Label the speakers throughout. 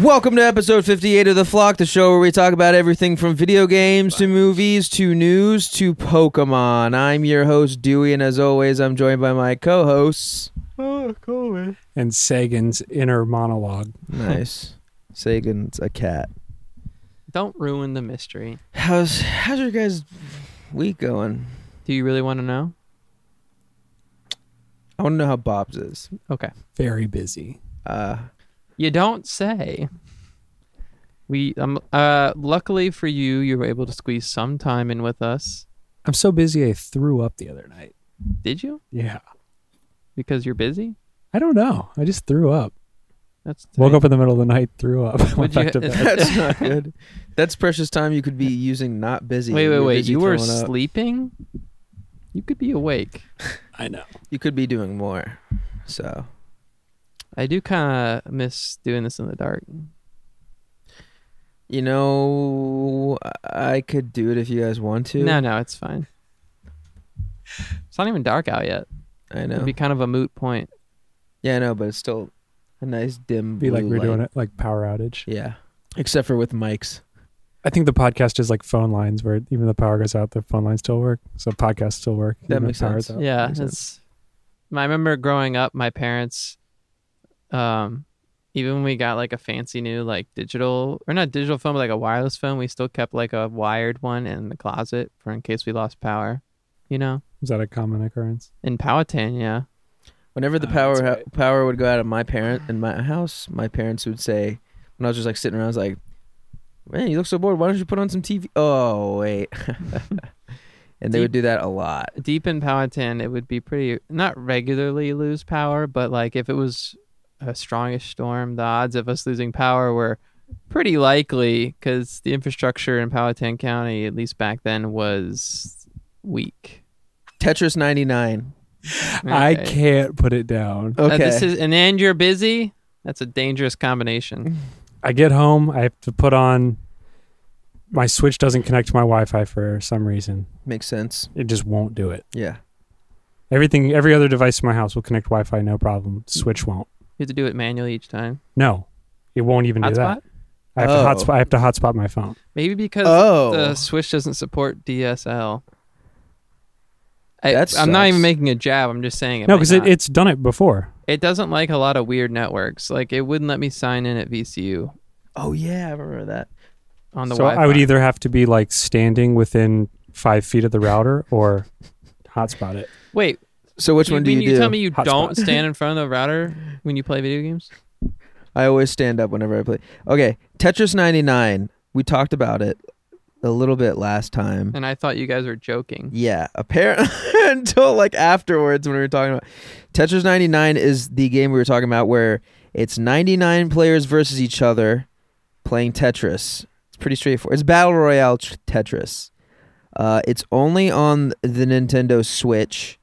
Speaker 1: Welcome to episode 58 of The Flock, the show where we talk about everything from video games to movies to news to Pokemon. I'm your host, Dewey, and as always, I'm joined by my co hosts.
Speaker 2: Oh, cool.
Speaker 3: and Sagan's inner monologue.
Speaker 1: Nice. Sagan's a cat.
Speaker 2: Don't ruin the mystery.
Speaker 1: How's, how's your guys' week going?
Speaker 2: Do you really want to know?
Speaker 1: I want to know how Bob's is.
Speaker 2: Okay.
Speaker 3: Very busy.
Speaker 1: Uh,
Speaker 2: You don't say. We um uh luckily for you, you were able to squeeze some time in with us.
Speaker 3: I'm so busy I threw up the other night.
Speaker 2: Did you?
Speaker 3: Yeah.
Speaker 2: Because you're busy.
Speaker 3: I don't know. I just threw up.
Speaker 2: That's
Speaker 3: Woke up in the middle of the night, threw up. Went
Speaker 2: Would you-
Speaker 3: back to bed.
Speaker 1: that's not good. That's precious time you could be using not busy.
Speaker 2: Wait, wait,
Speaker 1: You're
Speaker 2: wait.
Speaker 1: busy
Speaker 2: You were
Speaker 1: throwing up.
Speaker 2: sleeping. You could be awake.
Speaker 3: I know.
Speaker 1: You could be doing more. So,
Speaker 2: I do kind of miss doing this in the dark.
Speaker 1: you know, I could do it if you guys want to.
Speaker 2: No, no, it's fine. It's not even dark out yet.
Speaker 1: I
Speaker 2: It'd
Speaker 1: know.
Speaker 2: be kind of a moot point.
Speaker 1: Yeah, I know, but it's still a nice dim.
Speaker 3: Be like
Speaker 1: blue
Speaker 3: we're doing
Speaker 1: light.
Speaker 3: it like power outage.
Speaker 1: Yeah, except for with mics.
Speaker 3: I think the podcast is like phone lines where even the power goes out, the phone lines still work. So podcasts still work.
Speaker 1: That
Speaker 3: even
Speaker 1: makes
Speaker 3: if power's
Speaker 1: sense.
Speaker 3: out.
Speaker 2: yeah
Speaker 1: Oh, makes
Speaker 2: it's i remember growing up my parents um even when we got like a fancy new like digital or not digital phone but like a wireless phone we still kept like a wired one in the closet for in case we lost power you know
Speaker 3: Is that a common occurrence?
Speaker 2: in powhatan yeah
Speaker 1: Whenever the
Speaker 3: Oh,
Speaker 1: power
Speaker 3: that's
Speaker 1: ho-
Speaker 3: right.
Speaker 1: power would go out of my parent in my house, my parents would say, when I was just like sitting around, I was like, "Man, you look so bored. Why don't you put on some TV?" Oh wait, and they would do that a lot.
Speaker 2: deep in powhatan it would be pretty not regularly lose power but like if it was a strongish storm the odds of us losing power were pretty likely because the infrastructure in powhatan county at least back then was weak
Speaker 1: Tetris ninety nine.
Speaker 3: I
Speaker 2: Okay.
Speaker 3: can't put it down.
Speaker 2: Uh,
Speaker 1: Okay,
Speaker 2: this is and and you're busy. That's a dangerous combination.
Speaker 3: I get home, I have to put on my switch doesn't connect to my Wi Fi for some reason.
Speaker 1: makes sense.
Speaker 3: It just won't do it.
Speaker 1: Yeah,
Speaker 3: Everything, every other device in my house will connect Wi-Fi, no problem. Switch won't.
Speaker 2: You have to do it manually each time.
Speaker 3: No, it won't even do that.
Speaker 2: Hotspot?
Speaker 3: I have
Speaker 1: Oh.
Speaker 3: to hotspot. I have to hotspot my phone.
Speaker 2: Maybe because
Speaker 1: Oh.
Speaker 2: the Switch doesn't support DSL. I,
Speaker 1: That
Speaker 2: I'm not
Speaker 1: sucks.
Speaker 2: even making a jab. I'm just saying it.
Speaker 3: no,
Speaker 2: might
Speaker 3: because it,
Speaker 2: not.
Speaker 3: it's done it before.
Speaker 2: it doesn't like a lot of weird networks. Like it wouldn't let me sign in at VCU
Speaker 1: Oh yeah, I remember that.
Speaker 2: on the
Speaker 3: so
Speaker 2: Wi-Fi.
Speaker 3: I would either have to be like standing within five feet of the router or hotspot it.
Speaker 2: wait.
Speaker 1: So which
Speaker 2: you
Speaker 1: one do
Speaker 2: mean
Speaker 1: you, do?
Speaker 2: tell me you
Speaker 3: Hotspot.
Speaker 2: don't stand in front of the router when you play video games?
Speaker 1: I always stand up whenever I play. Okay, Tetris 99. We talked about it a little bit last time.
Speaker 2: And I thought you guys were joking.
Speaker 1: Yeah, apparently until like afterwards when we were talking about Tetris 99 is the game we were talking about where it's 99 players versus each other playing Tetris. It's pretty straightforward. It's battle royale tr- Tetris. Uh, it's only on the Nintendo Switch.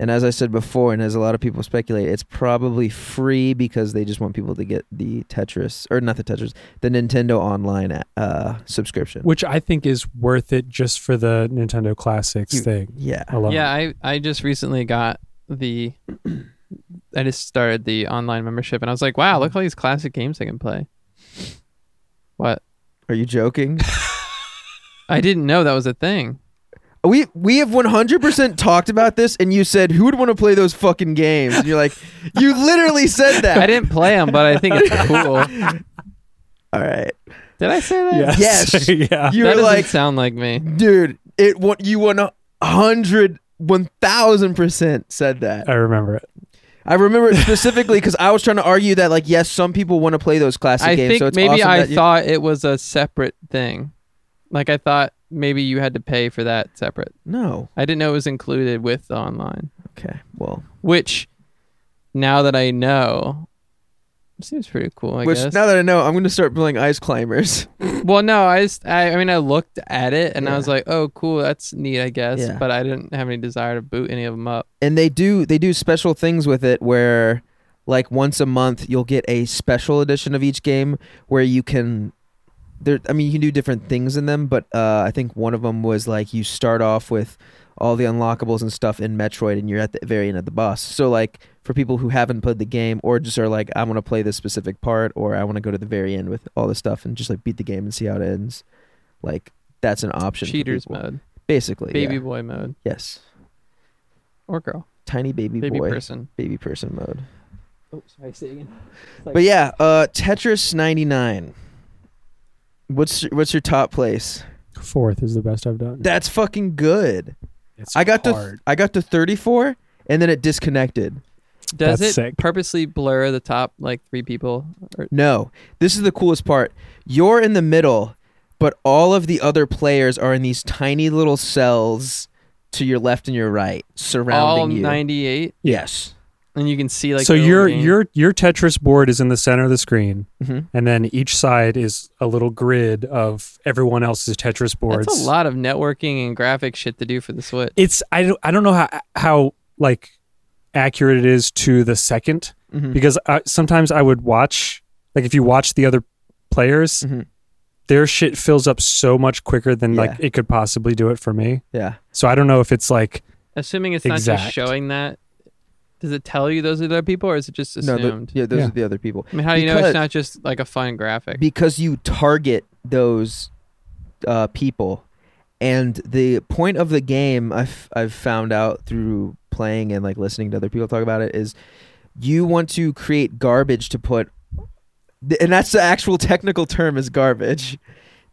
Speaker 1: And as I said before, and as a lot of people speculate, it's probably free because they just want people to get the Tetris, or not the Tetris, the Nintendo Online uh, subscription.
Speaker 3: Which I think is worth it just for the Nintendo Classics
Speaker 1: You-
Speaker 3: thing
Speaker 1: Yeah.
Speaker 3: alone.
Speaker 2: Yeah, I, I just recently got the I just started the online membership and I was like, wow, look at all these classic games I can play. What?
Speaker 1: Are you joking?
Speaker 2: I didn't know that was a thing.
Speaker 1: We we have 100% talked about this, and you said who would want to play those fucking games? And you're like, you literally said that.
Speaker 2: I didn't play them, but I think it's cool.
Speaker 1: All right,
Speaker 2: Did I say
Speaker 3: Yes.
Speaker 2: that?
Speaker 1: Yes.
Speaker 3: yeah.
Speaker 1: you
Speaker 2: that
Speaker 1: were
Speaker 2: doesn't
Speaker 1: like,
Speaker 2: sound like me.
Speaker 1: dude, it wa- you won a hundred. 1000% said that.
Speaker 3: I remember it.
Speaker 1: I remember it specifically because I was trying to argue that, like, yes, some people want to play those classic
Speaker 2: I
Speaker 1: games.
Speaker 2: think
Speaker 1: so it's
Speaker 2: maybe
Speaker 1: awesome
Speaker 2: I
Speaker 1: that you-
Speaker 2: thought it was a separate thing. Like I thought maybe you had to pay for that separate.
Speaker 1: no.
Speaker 2: I didn't know it was included with the online.
Speaker 1: Okay. Well,
Speaker 2: Which now that I know seems pretty cool, I
Speaker 1: which
Speaker 2: guess.
Speaker 1: now that I know, I'm going to start playing Ice Climbers.
Speaker 2: Well, no, I just, I, I mean, I looked at it and I was
Speaker 1: Yeah.
Speaker 2: like, oh, cool, that's neat, I guess.
Speaker 1: Yeah.
Speaker 2: But I didn't have any desire to boot any of them up.
Speaker 1: and they do they do special things with it where like once a month you'll get a special edition of each game where you can there i mean you can do different things in them but uh, i think one of them was like you start off with all the unlockables and stuff in Metroid, and you're at the very end of the boss. So like for people who haven't played the game or just are like, I want to play this specific part, or I want to go to the very end with all this stuff and just like beat the game and see how it ends. Like that's an option. for
Speaker 2: Cheaters
Speaker 1: people.
Speaker 2: mode,
Speaker 1: basically.
Speaker 2: baby
Speaker 1: yeah.
Speaker 2: boy mode,
Speaker 1: Yes,
Speaker 2: or girl,
Speaker 1: tiny baby,
Speaker 2: baby
Speaker 1: boy,
Speaker 2: person.
Speaker 1: baby person mode.
Speaker 2: Oh, sorry, say again.
Speaker 1: But yeah, uh, Tetris 99. What's what's your top place?
Speaker 3: Fourth is the best I've done.
Speaker 1: That's fucking good.
Speaker 3: It's
Speaker 1: I got
Speaker 3: hard.
Speaker 1: to I got to 34 and then it disconnected.
Speaker 2: Does
Speaker 3: That's
Speaker 2: it
Speaker 3: sick.
Speaker 2: purposely blur the top like three people? Or,
Speaker 1: No. This is the coolest part. You're in the middle, but all of the other players are in these tiny little cells to your left and your right surrounding
Speaker 2: all
Speaker 1: you.
Speaker 2: 98,
Speaker 1: yes.
Speaker 2: and you can see like.
Speaker 3: so
Speaker 2: the little
Speaker 3: your
Speaker 2: game.
Speaker 3: your your Tetris board is in the center of the screen,
Speaker 1: hmm
Speaker 3: and then each side is a little grid of everyone else's Tetris boards.
Speaker 2: That's a lot of networking and graphic shit to do for the Switch.
Speaker 3: It's I don't I don't know how how like accurate it is to the 2nd
Speaker 1: Mhm.
Speaker 2: Mm-hmm.
Speaker 3: because I, sometimes I would watch like if you watch the other players,
Speaker 2: Mm-hmm.
Speaker 1: Mhm.
Speaker 3: their shit fills up so much quicker than like
Speaker 1: Yeah.
Speaker 3: it could possibly do it for me.
Speaker 1: Yeah.
Speaker 3: So I don't know if it's like
Speaker 2: Assuming it's not
Speaker 3: Exact.
Speaker 2: just showing that, does it tell you those are the other people, or is it just assumed?
Speaker 1: No, the, yeah, those
Speaker 3: Yeah.
Speaker 1: are the other people.
Speaker 2: I mean, how do you know
Speaker 1: Because-
Speaker 2: it's not just like a fun graphic?
Speaker 1: because you target those uh, people and the point of the game I've, I've found out through playing and like listening to other people talk about it is you want to create garbage to put th- and that's the actual technical term is garbage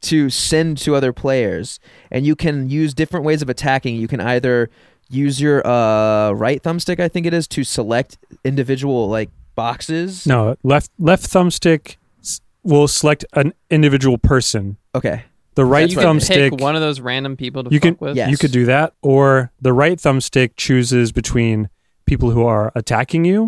Speaker 1: to send to other players and you can use different ways of attacking you can either use your uh, right thumbstick i think it is to select individual like boxes
Speaker 3: No, left left thumbstick s- will select an individual person.
Speaker 1: okay
Speaker 3: The right
Speaker 2: you can pick
Speaker 3: thumbstick
Speaker 2: one of those random people to
Speaker 3: You
Speaker 2: fuck
Speaker 3: can-
Speaker 2: with.
Speaker 1: yeah.
Speaker 3: you
Speaker 1: Yes.
Speaker 3: could do that, or the right thumbstick chooses between people who are attacking you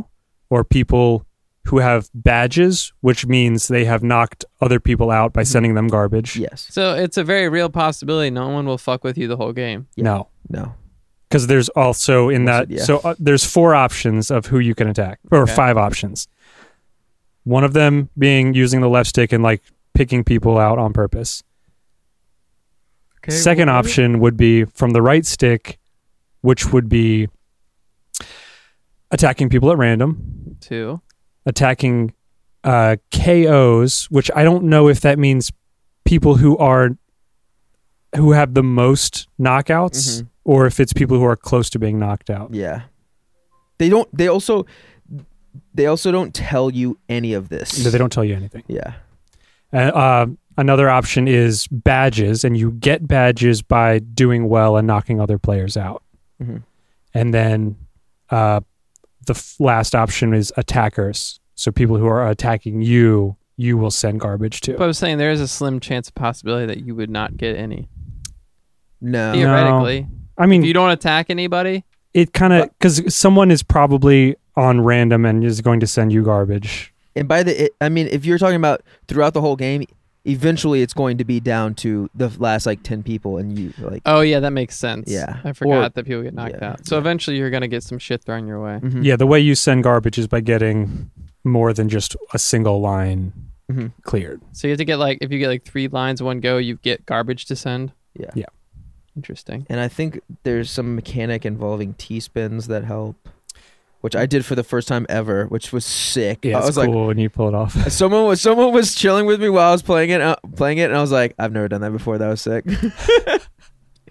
Speaker 3: or people who have badges, which means they have knocked other people out by
Speaker 1: Mm-hmm.
Speaker 3: sending them garbage.
Speaker 1: yes
Speaker 2: So it's a very real possibility. No one will fuck with you the whole game.
Speaker 1: Yeah.
Speaker 3: No,
Speaker 1: no
Speaker 3: because there's also in
Speaker 1: What's
Speaker 3: that.
Speaker 1: it- yeah.
Speaker 3: So uh, there's four options of who you can attack, or
Speaker 2: Okay.
Speaker 3: five options. One of them being using the left stick and like picking people out on purpose. Second option would be from the right stick, which would be attacking people at random,
Speaker 2: two.
Speaker 3: attacking uh, KOs, which I don't know if that means people who are who have the most knockouts
Speaker 1: Mhm.
Speaker 2: Mm-hmm.
Speaker 3: or if it's people who are close to being knocked out.
Speaker 1: Yeah. They don't they also they also don't tell you any of this.
Speaker 3: No, they don't tell you anything.
Speaker 1: Yeah.
Speaker 3: Uh, uh, another option is badges, and you get badges by doing well and knocking other players out.
Speaker 2: Mm-hmm.
Speaker 1: Mhm.
Speaker 3: And then uh, the f- last option is attackers. So people who are attacking you, you will send garbage to.
Speaker 2: But I was saying there is a slim chance of possibility that you would not get any.
Speaker 1: No.
Speaker 3: Yeah.
Speaker 2: Theoretically,
Speaker 3: I
Speaker 2: if you
Speaker 3: mean,
Speaker 2: don't attack anybody,
Speaker 3: it kind of because someone is probably on random and is going to send you garbage.
Speaker 1: And by the I mean if you're talking about throughout the whole game, eventually it's going to be down to the last like 10 people and you like
Speaker 2: oh yeah, that makes sense.
Speaker 1: Yeah.
Speaker 2: I forgot that people get knocked
Speaker 1: yeah,
Speaker 2: out. So
Speaker 1: yeah.
Speaker 2: eventually, you're gonna get some shit thrown your way.
Speaker 1: mhm.
Speaker 3: Mm-hmm. Yeah, the way you send garbage is by getting more than just a single line
Speaker 1: Mhm.
Speaker 3: cleared.
Speaker 2: So you have to get like if you get like three lines one go, you get garbage to send.
Speaker 1: Yeah.
Speaker 3: Yeah.
Speaker 2: Interesting.
Speaker 1: And I think there's some mechanic involving T-spins that help, which I did for the first time ever, which was sick.
Speaker 3: Yeah,
Speaker 1: I
Speaker 3: it's
Speaker 1: was
Speaker 3: cool
Speaker 1: like
Speaker 3: when you pull it off.
Speaker 1: someone was someone was chilling with me while I was playing it uh, playing it and I was like I've never done that before. That was sick.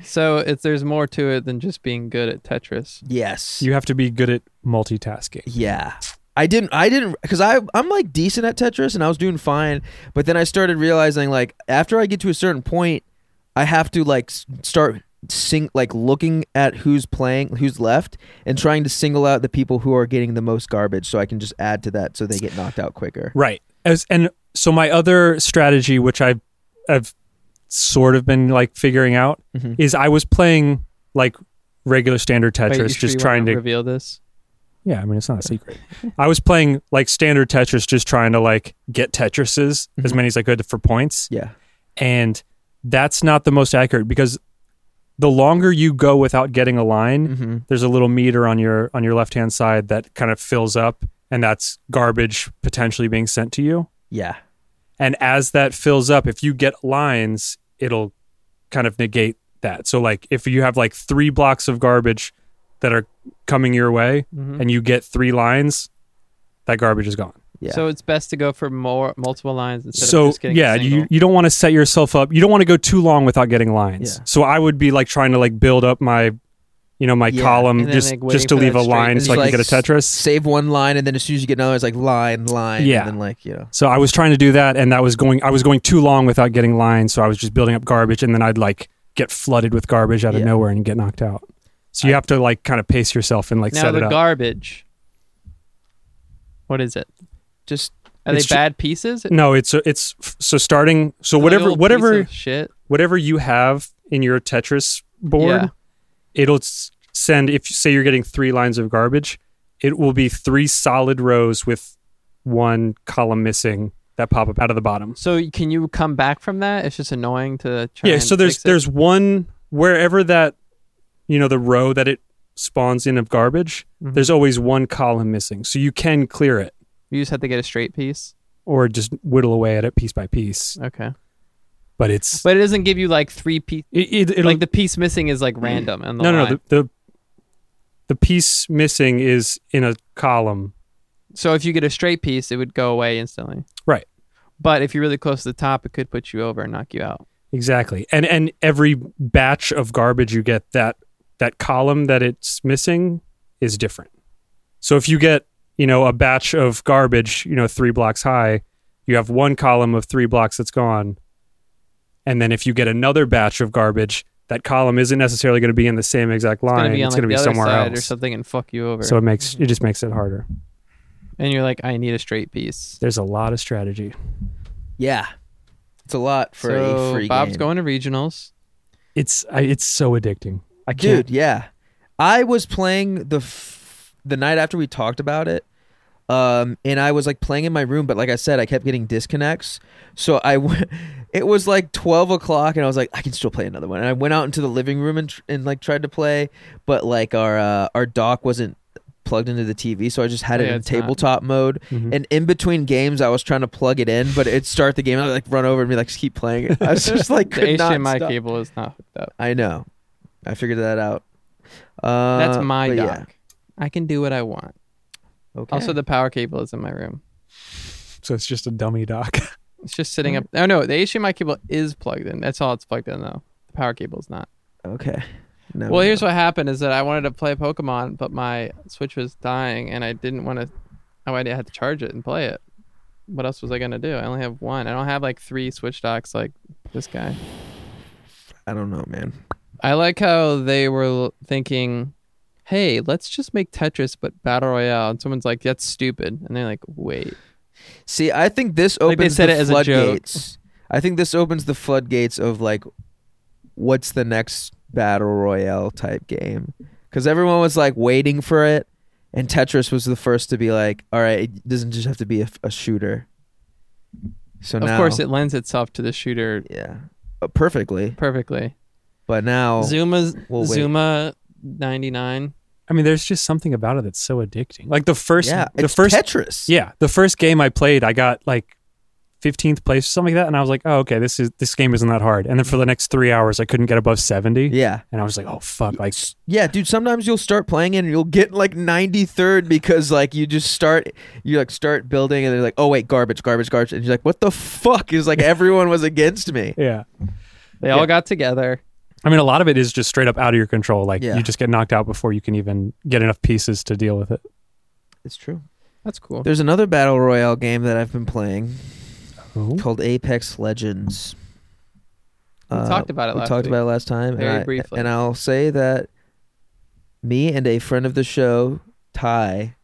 Speaker 2: So it's there's more to it than just being good at Tetris.
Speaker 1: yes.
Speaker 3: You have to be good at multitasking.
Speaker 1: Yeah. I didn't I didn't cuz I I'm like decent at Tetris and I was doing fine, but then I started realizing like after I get to a certain point, I have to like s- start sing like looking at who's playing, who's left and trying to single out the people who are getting the most garbage so I can just add to that so they get knocked out quicker.
Speaker 3: Right. As, and so my other strategy, which I've, I've sort of been like figuring out,
Speaker 1: Mhm.
Speaker 3: is I was playing like regular standard
Speaker 2: Wait,
Speaker 3: Tetris,
Speaker 2: you sure you
Speaker 3: just
Speaker 2: wanna
Speaker 3: trying to.
Speaker 2: reveal this.
Speaker 3: yeah, I mean it's not a secret. I was playing like standard Tetris, just trying to like get Tetrises as
Speaker 1: Mhm.
Speaker 3: many as I could for points,
Speaker 1: Yeah.
Speaker 3: and that's not the most accurate because the longer you go without getting a line,
Speaker 1: Mhm.
Speaker 3: there's a little meter on your on your left hand side that kind of fills up and that's garbage potentially being sent to you
Speaker 1: Yeah.
Speaker 3: and as that fills up if you get lines it'll kind of negate that. So like if you have like three blocks of garbage that are coming your way
Speaker 2: Mhm.
Speaker 3: Mm-hmm. and you get three lines, that garbage is gone.
Speaker 1: Yeah.
Speaker 2: So it's best to go for more multiple lines instead of
Speaker 3: so
Speaker 2: just getting a
Speaker 3: yeah, you,
Speaker 2: single.
Speaker 3: you don't want to set yourself up. You don't want to go too long without getting lines.
Speaker 1: Yeah.
Speaker 3: So I would be like trying to like build up my you know my
Speaker 1: Yeah,
Speaker 3: column
Speaker 2: and then,
Speaker 3: just
Speaker 2: like, waiting
Speaker 3: just to
Speaker 2: for
Speaker 3: leave
Speaker 2: that
Speaker 3: a
Speaker 2: straight
Speaker 3: line
Speaker 2: and
Speaker 3: so I
Speaker 1: just,
Speaker 3: can get a
Speaker 1: like,
Speaker 3: Tetris.
Speaker 1: Save one line, and then as soon as you get another, it's like line, line.
Speaker 3: Yeah.
Speaker 1: And then like you know.
Speaker 3: So I was trying to do that, and that was going. I was going too long without getting lines, so I was just building up garbage, and then I'd like get flooded with garbage out of
Speaker 1: Yeah.
Speaker 3: nowhere and get knocked out. So you have to like kind of pace yourself and like
Speaker 2: now
Speaker 3: set
Speaker 2: the
Speaker 3: it up.
Speaker 2: garbage. What is it?
Speaker 1: Just
Speaker 2: Are
Speaker 3: It's ju-
Speaker 2: they bad pieces?
Speaker 3: no, it's it's f- so starting. So
Speaker 2: Like
Speaker 3: whatever
Speaker 2: old piece
Speaker 3: whatever
Speaker 2: of shit.
Speaker 3: whatever you have in your Tetris board,
Speaker 2: Yeah.
Speaker 3: it'll s- send. If say you're getting three lines of garbage, it will be three solid rows with one column missing that pop up out of the bottom.
Speaker 2: So can you come back from that? It's just annoying to try.
Speaker 3: yeah
Speaker 2: and
Speaker 3: so there's
Speaker 2: fix it.
Speaker 3: there's one wherever that you know the row that it spawns in of garbage
Speaker 2: Mhm.
Speaker 3: there's always one column missing so you can clear it
Speaker 2: you just have to get a straight piece.
Speaker 3: or just whittle away at it piece by piece
Speaker 2: Okay,
Speaker 3: but it's
Speaker 2: but it doesn't give you like three piece.
Speaker 3: it, it, it'll,
Speaker 2: Like the piece missing is like random. And the
Speaker 3: no no
Speaker 2: line.
Speaker 3: no the, the the piece missing is in a column
Speaker 2: So if you get a straight piece, it would go away instantly.
Speaker 3: Right.
Speaker 2: But if you're really close to the top, it could put you over and knock you out.
Speaker 3: exactly and and every batch of garbage you get that that column that it's missing is different so if you get you know a batch of garbage you know three blocks high you have one column of three blocks that's gone and then if you get another batch of garbage that column isn't necessarily going to be in the same exact
Speaker 2: It's
Speaker 3: line
Speaker 2: gonna be on
Speaker 3: it's
Speaker 2: like
Speaker 3: going
Speaker 2: the
Speaker 3: to be
Speaker 2: other
Speaker 3: somewhere
Speaker 2: side or
Speaker 3: else
Speaker 2: something and fuck you over.
Speaker 3: so it makes it just makes it harder
Speaker 2: and you're like, I need a straight piece.
Speaker 3: there's a lot of strategy
Speaker 1: yeah, it's a lot for
Speaker 2: so
Speaker 1: a free
Speaker 2: Bob's
Speaker 1: game.
Speaker 2: going to regionals.
Speaker 3: it's I, it's so addicting i can't
Speaker 1: Dude, yeah. I was playing the f- the night after we talked about it. Um and I was like playing in my room, but like I said, I kept getting disconnects. So I went, it was like twelve o'clock, and I was like, I can still play another one. And I went out into the living room and tr- and like tried to play, but like our uh, our dock wasn't plugged into the TV, so I just had
Speaker 2: Oh,
Speaker 1: it
Speaker 2: yeah,
Speaker 1: in
Speaker 2: it's not.
Speaker 1: tabletop mode.
Speaker 3: Mhm.
Speaker 1: And in between games, I was trying to plug it in, but it'd start the game. and I'd like run over and be like, just keep playing it. I was just like,
Speaker 2: The
Speaker 1: could not
Speaker 2: HDMI
Speaker 1: stop.
Speaker 2: cable is not hooked up.
Speaker 1: I know. I figured that out. Uh,
Speaker 2: That's my
Speaker 1: but
Speaker 2: dock.
Speaker 1: yeah.
Speaker 2: I can do what I want.
Speaker 1: Okay.
Speaker 2: Also, the power cable is in my room.
Speaker 3: so it's just a dummy doc
Speaker 2: It's just sitting up. Oh no, the HDMI cable is plugged in. That's all it's plugged in though. The power cable is not.
Speaker 1: okay. No,
Speaker 2: Well, here's what happened: is that I wanted to play Pokemon, but my Switch was dying, and I didn't want to. Oh, I had to charge it and play it. What else was I gonna do? I only have one. I don't have like three Switch docks like this guy.
Speaker 1: I don't know, man.
Speaker 2: I like how they were l- thinking, "Hey, let's just make Tetris but battle royale." And someone's like, "That's stupid," and they're like, "Wait."
Speaker 1: See, I think this opens
Speaker 2: Like they said
Speaker 1: the
Speaker 2: it as a joke.
Speaker 1: floodgates. I think this opens the floodgates of like, what's the next battle royale type game? Because everyone was like waiting for it, and Tetris was the first to be like, all right, it doesn't just have to be a, a shooter. So
Speaker 2: Of
Speaker 1: now,
Speaker 2: course, it lends itself to the shooter
Speaker 1: yeah, uh, perfectly.
Speaker 2: perfectly.
Speaker 1: But now,
Speaker 2: Zuma's
Speaker 1: we'll Oh. wait.
Speaker 2: Zuma ninety nine.
Speaker 3: I mean, there's just something about it that's so addicting. Like the first,
Speaker 1: yeah,
Speaker 3: the
Speaker 1: it's
Speaker 3: first,
Speaker 1: Tetris.
Speaker 3: yeah, the first game I played, I got like 15th place or something like that, and I was like, oh, okay, this is this game isn't that hard. And then for the next three hours, I couldn't get above 70,
Speaker 1: yeah.
Speaker 3: and I was like, oh fuck, like
Speaker 1: S- yeah dude sometimes you'll start playing and you'll get like 93rd because like you just start you like start building and they're like oh wait garbage garbage garbage and you're like what the fuck is like everyone was against me
Speaker 3: yeah.
Speaker 2: They
Speaker 3: Yeah.
Speaker 2: all got together.
Speaker 3: I mean, a lot of it is just straight up out of your control. Like
Speaker 1: Yeah.
Speaker 3: you just get knocked out before you can even get enough pieces to deal with it.
Speaker 1: it's true
Speaker 2: That's cool.
Speaker 1: there's another battle royale game that i've been playing
Speaker 3: Oh.
Speaker 1: called apex legends
Speaker 2: We talked about it
Speaker 1: uh, we
Speaker 2: last
Speaker 1: talked
Speaker 2: week.
Speaker 1: about it last time
Speaker 2: Very
Speaker 1: and I,
Speaker 2: briefly.
Speaker 1: and i'll say that me and a friend of the show ty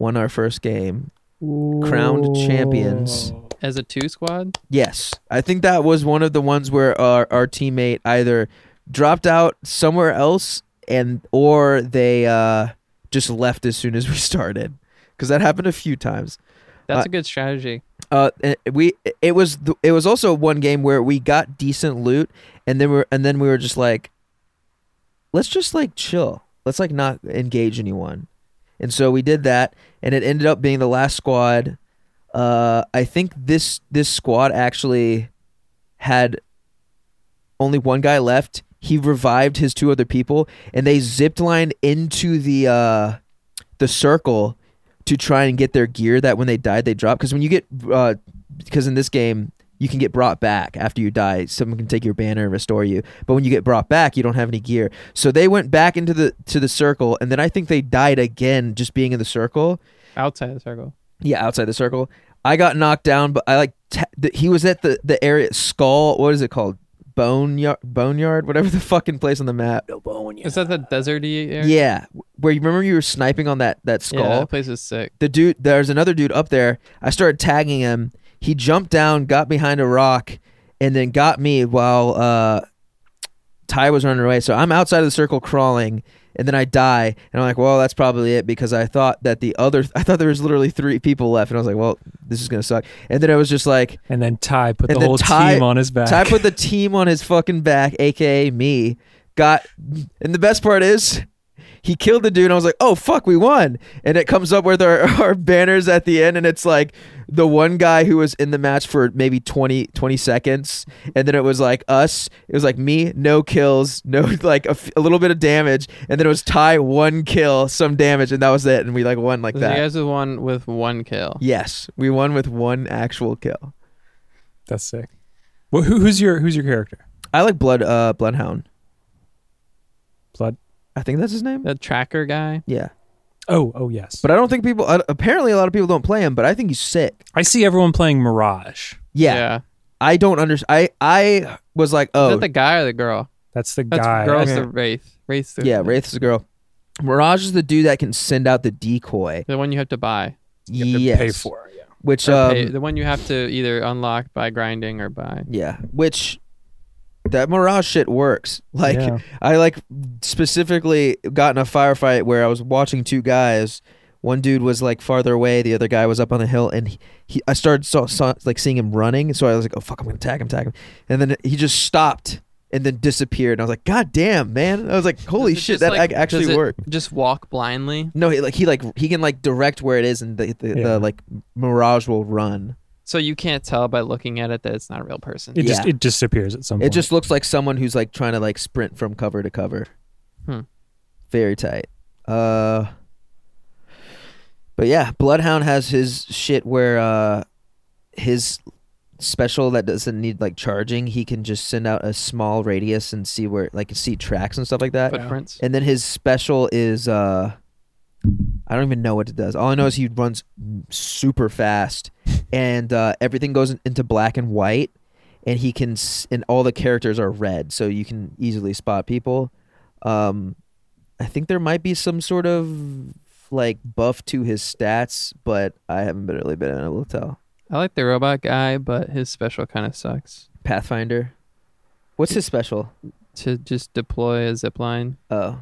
Speaker 1: won our first game crowned champions
Speaker 2: As a two squad,
Speaker 1: Yes, I think that was one of the ones where our, our teammate either dropped out somewhere else and or they uh, just left as soon as we started because that happened a few times. Uh,
Speaker 2: that's a good strategy.
Speaker 1: Uh, and we it was the, it was also one game where we got decent loot and then we are and then we were just like, let's just like chill, let's like not engage anyone, and so we did that and it ended up being the last squad. Uh, I think this this squad actually had only one guy left. He revived his two other people, and they zipped line into the uh, the circle to try and get their gear that when they died they dropped. Because when you get, because in this game you can get brought back after you die. Someone can take your banner and restore you. But when you get brought back, you don't have any gear. So they went back into the to the circle, and then I think they died again just being in the circle.
Speaker 2: outside the circle.
Speaker 1: Yeah, outside the circle. I got knocked down, but I like t- th- he was at the the area skull. What is it called? Bone yard, boneyard, whatever the fucking place on the map. No bone
Speaker 2: Is that the deserty area?
Speaker 1: Yeah, where you remember you were sniping on that that skull.
Speaker 2: Yeah, that place is sick.
Speaker 1: The dude, there's another dude up there. I started tagging him. He jumped down, got behind a rock, and then got me while uh, Ty was running away. So I'm outside of the circle crawling, and then I die. And I'm like, well, that's probably it because I thought that the other, I thought there was literally three people left, and I was like, well, this is gonna suck. And then I was just like,
Speaker 3: And then Ty put
Speaker 1: And
Speaker 3: the
Speaker 1: then
Speaker 3: whole
Speaker 1: Ty-
Speaker 3: team on his back.
Speaker 1: Ty put the team on his fucking back, aka me. Got and the best part is he killed the dude. And I was like, oh fuck, we won. And it comes up with our, our banners at the end, and it's like the one guy who was in the match for maybe 20, 20 seconds, and then it was like us. It was like me, no kills, no like a, f- a little bit of damage, and then it was Ty, one kill, some damage, and that was it. And we like won like
Speaker 2: You
Speaker 1: that.
Speaker 2: guys are the one with one kill.
Speaker 1: Yes, we won with one actual kill.
Speaker 3: That's sick. Well, who, who's your who's your character?
Speaker 1: I like Blood uh Bloodhound.
Speaker 3: Blood.
Speaker 1: I think that's his name.
Speaker 2: That tracker guy.
Speaker 1: Yeah,
Speaker 3: Oh, oh yes.
Speaker 1: but I don't think people. I- Apparently, a lot of people don't play him, but I think he's sick.
Speaker 3: I see everyone playing Mirage.
Speaker 1: Yeah, I don't understand. I I was like,
Speaker 2: Is
Speaker 1: oh,
Speaker 2: that the guy or the girl?
Speaker 3: That's the
Speaker 2: That's
Speaker 3: guy.
Speaker 2: girl. That's
Speaker 1: Okay.
Speaker 2: the wraith. Wraith's the
Speaker 1: yeah, Wraith's the girl. Mirage is the dude that can send out the decoy.
Speaker 2: The one you have to buy.
Speaker 3: You have to
Speaker 1: yes,
Speaker 3: pay for. Yeah.
Speaker 1: which
Speaker 2: Or
Speaker 1: um,
Speaker 2: pay- the one you have to either unlock by grinding or by.
Speaker 1: yeah, which that Mirage shit works. Like
Speaker 3: Yeah.
Speaker 1: I like specifically got in a firefight where I was watching two guys. One dude was like farther away, the other guy was up on a hill, and he, he I started saw, saw like seeing him running, so I was like, "Oh fuck, I'm gonna tag him, tag him," and then he just stopped and then disappeared, and I was like, "God damn, man!" I was like, "Holy
Speaker 2: Does it
Speaker 1: shit,
Speaker 2: just,
Speaker 1: that
Speaker 2: like-
Speaker 1: ac- actually
Speaker 2: does it
Speaker 1: worked."
Speaker 2: Just walk blindly.
Speaker 1: No, he like he like he can like direct where it is, and the the,
Speaker 3: Yeah.
Speaker 1: the like mirage will run.
Speaker 2: So you can't tell by looking at it that it's not a real person.
Speaker 3: It just
Speaker 1: Yeah.
Speaker 3: it disappears at some
Speaker 1: It
Speaker 3: point.
Speaker 1: just looks like someone who's like trying to like sprint from cover to cover.
Speaker 2: Hmm.
Speaker 1: Very tight. Uh But yeah, Bloodhound has his shit where uh his special that doesn't need like charging, he can just send out a small radius and see where like see tracks and stuff like that.
Speaker 2: Footprints.
Speaker 1: And then his special is uh I don't even know what it does. All I know is he runs super fast and uh everything goes in- into black and white and he can s- and all the characters are red so you can easily spot people. Um I think there might be some sort of like buff to his stats, but I haven't been really been able to tell.
Speaker 2: I like the robot guy, but his special kind of sucks.
Speaker 1: Pathfinder. What's his special?
Speaker 2: To just deploy a zip line.
Speaker 1: Oh.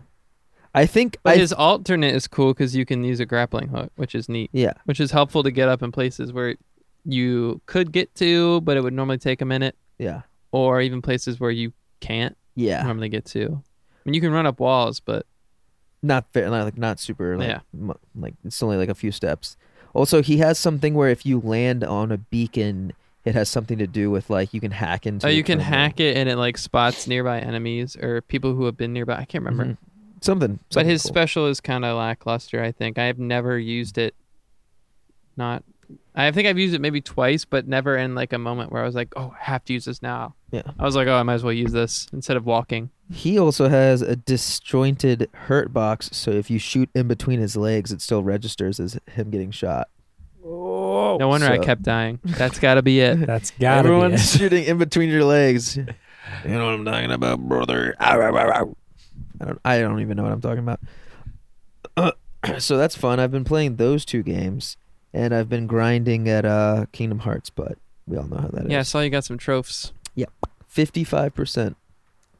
Speaker 1: I think
Speaker 2: But
Speaker 1: I
Speaker 2: his alternate is cool because you can use a grappling hook, which is neat.
Speaker 1: yeah.
Speaker 2: Which is helpful to get up in places where you could get to, but it would normally take a minute,
Speaker 1: Yeah.
Speaker 2: or even places where you can't
Speaker 1: Yeah.
Speaker 2: normally get to. I mean, you can run up walls, but
Speaker 1: not fair, not like not super like
Speaker 2: Yeah.
Speaker 1: mu- like it's only like a few steps. Also, he has something where if you land on a beacon, it has something to do with like you can hack into.
Speaker 2: oh,
Speaker 1: the
Speaker 2: you can
Speaker 1: terminal.
Speaker 2: hack it and it like spots nearby enemies or people who have been nearby. I can't remember.
Speaker 1: Mhm. something,
Speaker 2: But
Speaker 1: something
Speaker 2: his
Speaker 1: cool.
Speaker 2: special is kind of lackluster. I think I have never used it. Not, I think I've used it maybe twice, but never in like a moment where I was like, "Oh, I have to use this now."
Speaker 1: Yeah.
Speaker 2: I was like, "Oh, I might as well use this instead of walking."
Speaker 1: He also has a disjointed hurt box, so if you shoot in between his legs, it still registers as him getting shot.
Speaker 3: Oh,
Speaker 2: no wonder I
Speaker 1: so-
Speaker 2: kept dying. That's got to be it.
Speaker 3: that's gotta be
Speaker 1: Everyone's
Speaker 3: it.
Speaker 1: shooting in between your legs. You know what I'm talking about, brother. Ow, ow, ow, ow. I don't. I don't even know what I'm talking about. Uh, so that's fun. I've been playing those two games, and I've been grinding at uh, Kingdom Hearts, but we all know how that is.
Speaker 2: yeah, I saw you got some tropes
Speaker 1: fifty-five percent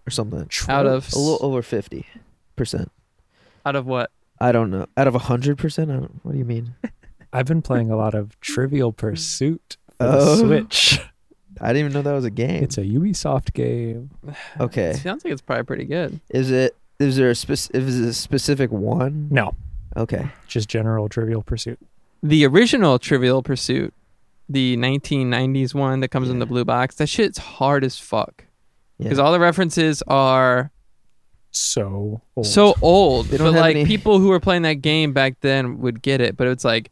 Speaker 1: or something.
Speaker 2: out of
Speaker 1: A little over fifty percent.
Speaker 2: out of what?
Speaker 1: I don't know. Out of hundred percent, I don't. What do you mean?
Speaker 3: I've been playing a lot of Trivial Pursuit for
Speaker 1: Oh.
Speaker 3: the Switch.
Speaker 1: I didn't even know that was a game.
Speaker 3: It's a Ubisoft game.
Speaker 1: okay.
Speaker 2: It sounds like it's probably pretty good.
Speaker 1: Is it? Is there a spec? Is it a specific one?
Speaker 3: No,
Speaker 1: Okay.
Speaker 3: just general Trivial Pursuit.
Speaker 2: The original Trivial Pursuit, the 1990s one that comes in
Speaker 1: Yeah.
Speaker 2: the blue box. That shit's hard as fuck. because all the references are
Speaker 3: So old.
Speaker 2: so old.
Speaker 1: They don't
Speaker 2: But
Speaker 1: have
Speaker 2: like
Speaker 1: any-
Speaker 2: people who were playing that game back then would get it. But it's like,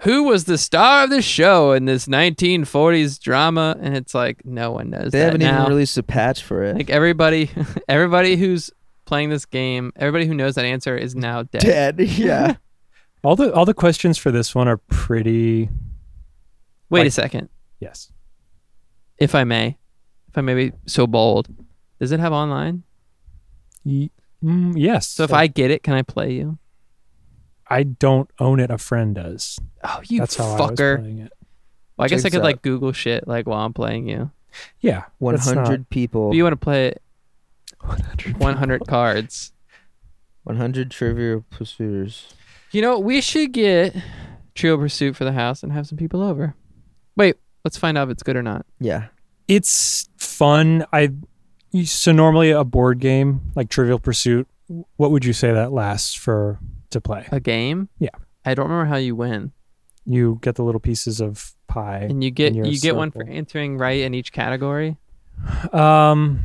Speaker 2: who was the star of the show in this 1940s drama? And it's like no one knows.
Speaker 1: They
Speaker 2: that
Speaker 1: haven't
Speaker 2: now.
Speaker 1: even released a patch for it.
Speaker 2: Like everybody, everybody who's playing this game, everybody who knows that answer is now dead.
Speaker 1: Dead. Yeah.
Speaker 3: all the all the questions for this one are pretty
Speaker 2: Wait a
Speaker 3: Like-
Speaker 2: second,
Speaker 3: yes.
Speaker 2: if I may, if I may be so bold, does it have online?
Speaker 3: Y- mm, yes.
Speaker 2: So if I get it, can I play you?
Speaker 3: I don't own it, a friend does.
Speaker 2: Oh, you
Speaker 3: That's how I was
Speaker 2: fucker!
Speaker 3: playing it.
Speaker 2: well, I guess I
Speaker 1: Checks
Speaker 2: could
Speaker 1: out.
Speaker 2: like Google shit like while I'm playing you.
Speaker 3: Yeah,
Speaker 1: One
Speaker 3: that's not-
Speaker 1: hundred people.
Speaker 2: But you want to play it
Speaker 3: 100.
Speaker 2: 100 cards.
Speaker 1: One hundred trivia pursuers.
Speaker 2: You know, we should get Trio Pursuit for the house and have some people over. Wait, let's find out if it's good or not.
Speaker 1: Yeah.
Speaker 3: It's fun. I so normally a board game like Trivial Pursuit. What would you say that lasts for to play?
Speaker 2: A game?
Speaker 3: Yeah.
Speaker 2: I don't remember how you win.
Speaker 3: You get the little pieces of pie.
Speaker 2: And you get
Speaker 3: And
Speaker 2: you
Speaker 3: you're a
Speaker 2: get one for
Speaker 3: circle.
Speaker 2: answering right in each category.
Speaker 3: Um,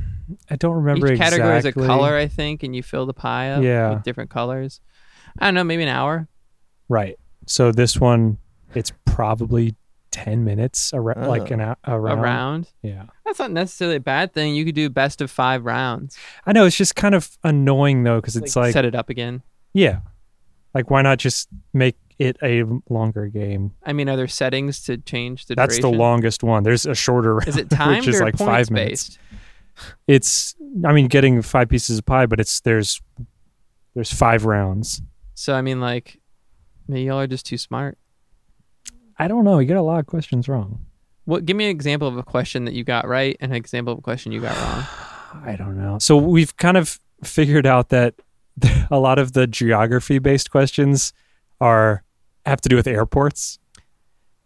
Speaker 3: I don't remember
Speaker 2: each category
Speaker 3: exactly.
Speaker 2: is a color, I think, and you fill the pie up
Speaker 3: Yeah.
Speaker 2: with different colors. I don't know, maybe an hour.
Speaker 3: Right. So this one, it's probably ten minutes, around,
Speaker 1: Oh.
Speaker 3: like an hour around.
Speaker 2: around.
Speaker 3: Yeah.
Speaker 2: That's not necessarily a bad thing. You could do best of five rounds.
Speaker 3: I know it's just kind of annoying though because it's like,
Speaker 2: set it up again.
Speaker 3: yeah, like why not just make it a longer game?
Speaker 2: I mean, are there settings to change the
Speaker 3: That's
Speaker 2: duration?
Speaker 3: the longest one. There's a shorter.
Speaker 2: Is it timed
Speaker 3: is
Speaker 2: or
Speaker 3: like
Speaker 2: points
Speaker 3: five minutes.
Speaker 2: based?
Speaker 3: It's I mean getting five pieces of pie, but it's there's there's five rounds.
Speaker 2: So I mean, like, maybe y'all are just too smart.
Speaker 3: I don't know. You get a lot of questions wrong.
Speaker 2: What? Give me an example of a question that you got right and an example of a question you got wrong.
Speaker 3: I don't know. So we've kind of figured out that a lot of the geography based questions are have to do with airports,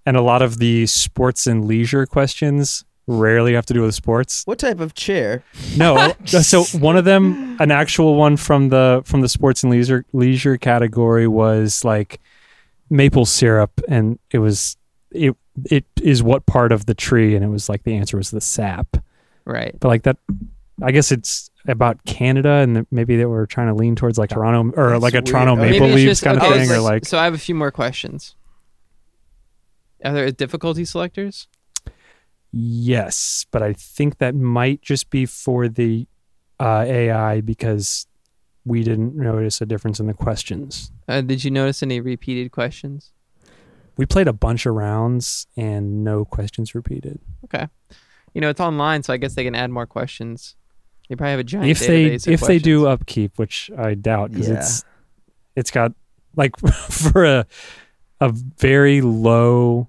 Speaker 3: and a lot of the sports and leisure questions rarely have to do with sports.
Speaker 1: What type of chair?
Speaker 3: No, uh, so one of them, an actual one from the from the sports and leisure leisure category was like maple syrup, and it was it it is what part of the tree, and it was like the answer was the sap,
Speaker 2: Right.
Speaker 3: but like that, I guess it's about Canada, and that maybe they were trying to lean towards like Toronto or
Speaker 1: That's
Speaker 3: like a
Speaker 1: weird.
Speaker 3: Toronto
Speaker 1: Maybe
Speaker 3: maple
Speaker 2: it's
Speaker 3: leaves
Speaker 2: just-
Speaker 3: kind of
Speaker 2: okay,
Speaker 3: thing, or
Speaker 2: so-
Speaker 3: like
Speaker 2: So I have a few more questions. Are there difficulty selectors?
Speaker 3: yes, but I think that might just be for the uh, AI because we didn't notice a difference in the questions.
Speaker 2: Uh, did you notice any repeated questions?
Speaker 3: We played a bunch of rounds and no questions repeated.
Speaker 2: You know, it's online, so I guess they can add more questions. They probably have a giant.
Speaker 3: if they
Speaker 2: database of
Speaker 3: if they do
Speaker 2: questions.
Speaker 3: upkeep, which I doubt because
Speaker 1: Yeah.
Speaker 3: it's it's got like for a a very low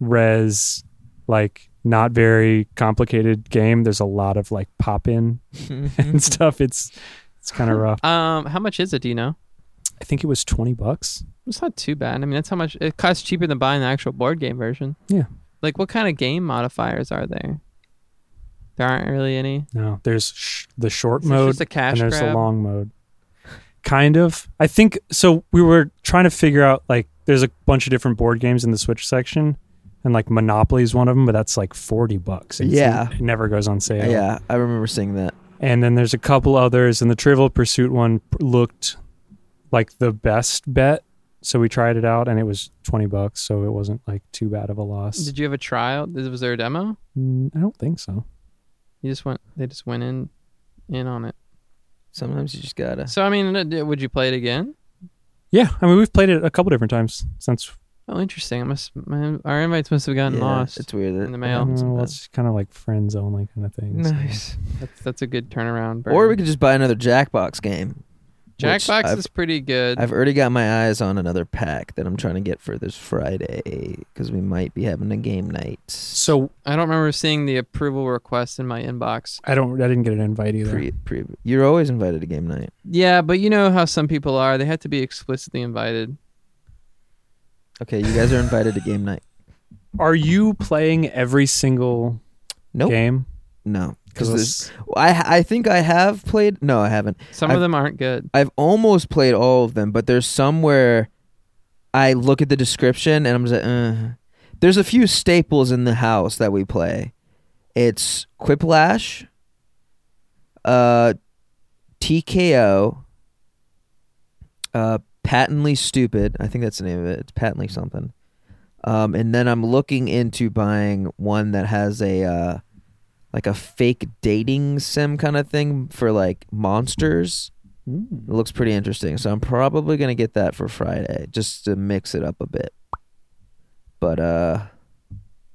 Speaker 3: res like not very complicated game. There's a lot of like pop in
Speaker 2: Mm-hmm.
Speaker 3: and stuff. It's it's kind of rough.
Speaker 2: um, how much is it? Do you know?
Speaker 3: I think it was twenty bucks.
Speaker 2: It's not too bad. I mean, that's how much it costs cheaper than buying the actual board game version.
Speaker 3: Yeah.
Speaker 2: Like, what kind of game modifiers are there? There aren't really any.
Speaker 3: No, there's sh- the short
Speaker 2: Is it
Speaker 3: mode
Speaker 2: just a cash
Speaker 3: and there's
Speaker 2: grab.
Speaker 3: a long mode kind of i think so we were trying to figure out like there's a bunch of different board games in the switch section and like monopoly is one of them but that's like 40 bucks It's-
Speaker 1: Yeah.
Speaker 3: it never goes on sale
Speaker 1: yeah, I remember seeing that.
Speaker 3: and then there's a couple others and the trivial pursuit one p- looked like the best bet so we tried it out and it was 20 bucks so it wasn't like too bad of a loss
Speaker 2: Did you have a trial? Did- Was there a demo?
Speaker 3: Mm, i don't think so
Speaker 2: You just went. They just went in, in on it.
Speaker 1: Sometimes you just gotta.
Speaker 2: So I mean, uh, d- would you play it again?
Speaker 3: yeah i mean we've played it a couple different times since
Speaker 2: Oh, interesting. I must. My, our invites must have gotten
Speaker 1: Yeah,
Speaker 2: lost.
Speaker 1: It's weird. That
Speaker 2: in
Speaker 1: that
Speaker 2: the mail.
Speaker 1: happens
Speaker 3: well,
Speaker 1: sometimes.
Speaker 3: it's kind of like friends only kind of thing so-
Speaker 1: Nice.
Speaker 2: That's, that's a good turnaround.
Speaker 1: Or we
Speaker 2: Burton.
Speaker 1: could just buy another Jackbox game. which
Speaker 2: Jackbox
Speaker 1: I've,
Speaker 2: is pretty good.
Speaker 1: I've already got my eyes on another pack that I'm trying to get for this Friday because we might be having a game night.
Speaker 3: So
Speaker 2: I don't remember seeing the approval request in my inbox.
Speaker 3: I don't. I didn't get an invite either.
Speaker 1: pre, pre, you're always invited to game night.
Speaker 2: Yeah, but you know how some people are. They have to be explicitly invited.
Speaker 1: Okay, you guys are invited to game night.
Speaker 3: Are you playing every single
Speaker 1: Nope.
Speaker 3: game?
Speaker 1: No, because this,
Speaker 3: Because
Speaker 1: I I think I have played. No, I haven't.
Speaker 2: Some
Speaker 1: I've-
Speaker 2: of them aren't good.
Speaker 1: I've almost played all of them, but there's some where I look at the description and I'm just like, uh. there's a few staples in the house that we play. It's Quiplash, Uh, TKO. Uh, patently stupid. I think that's the name of it. It's patently something. Um, and then I'm looking into buying one that has a uh, like a fake dating sim kind of thing for like monsters. It looks pretty interesting. So I'm probably gonna get that for Friday just to mix it up a bit. But uh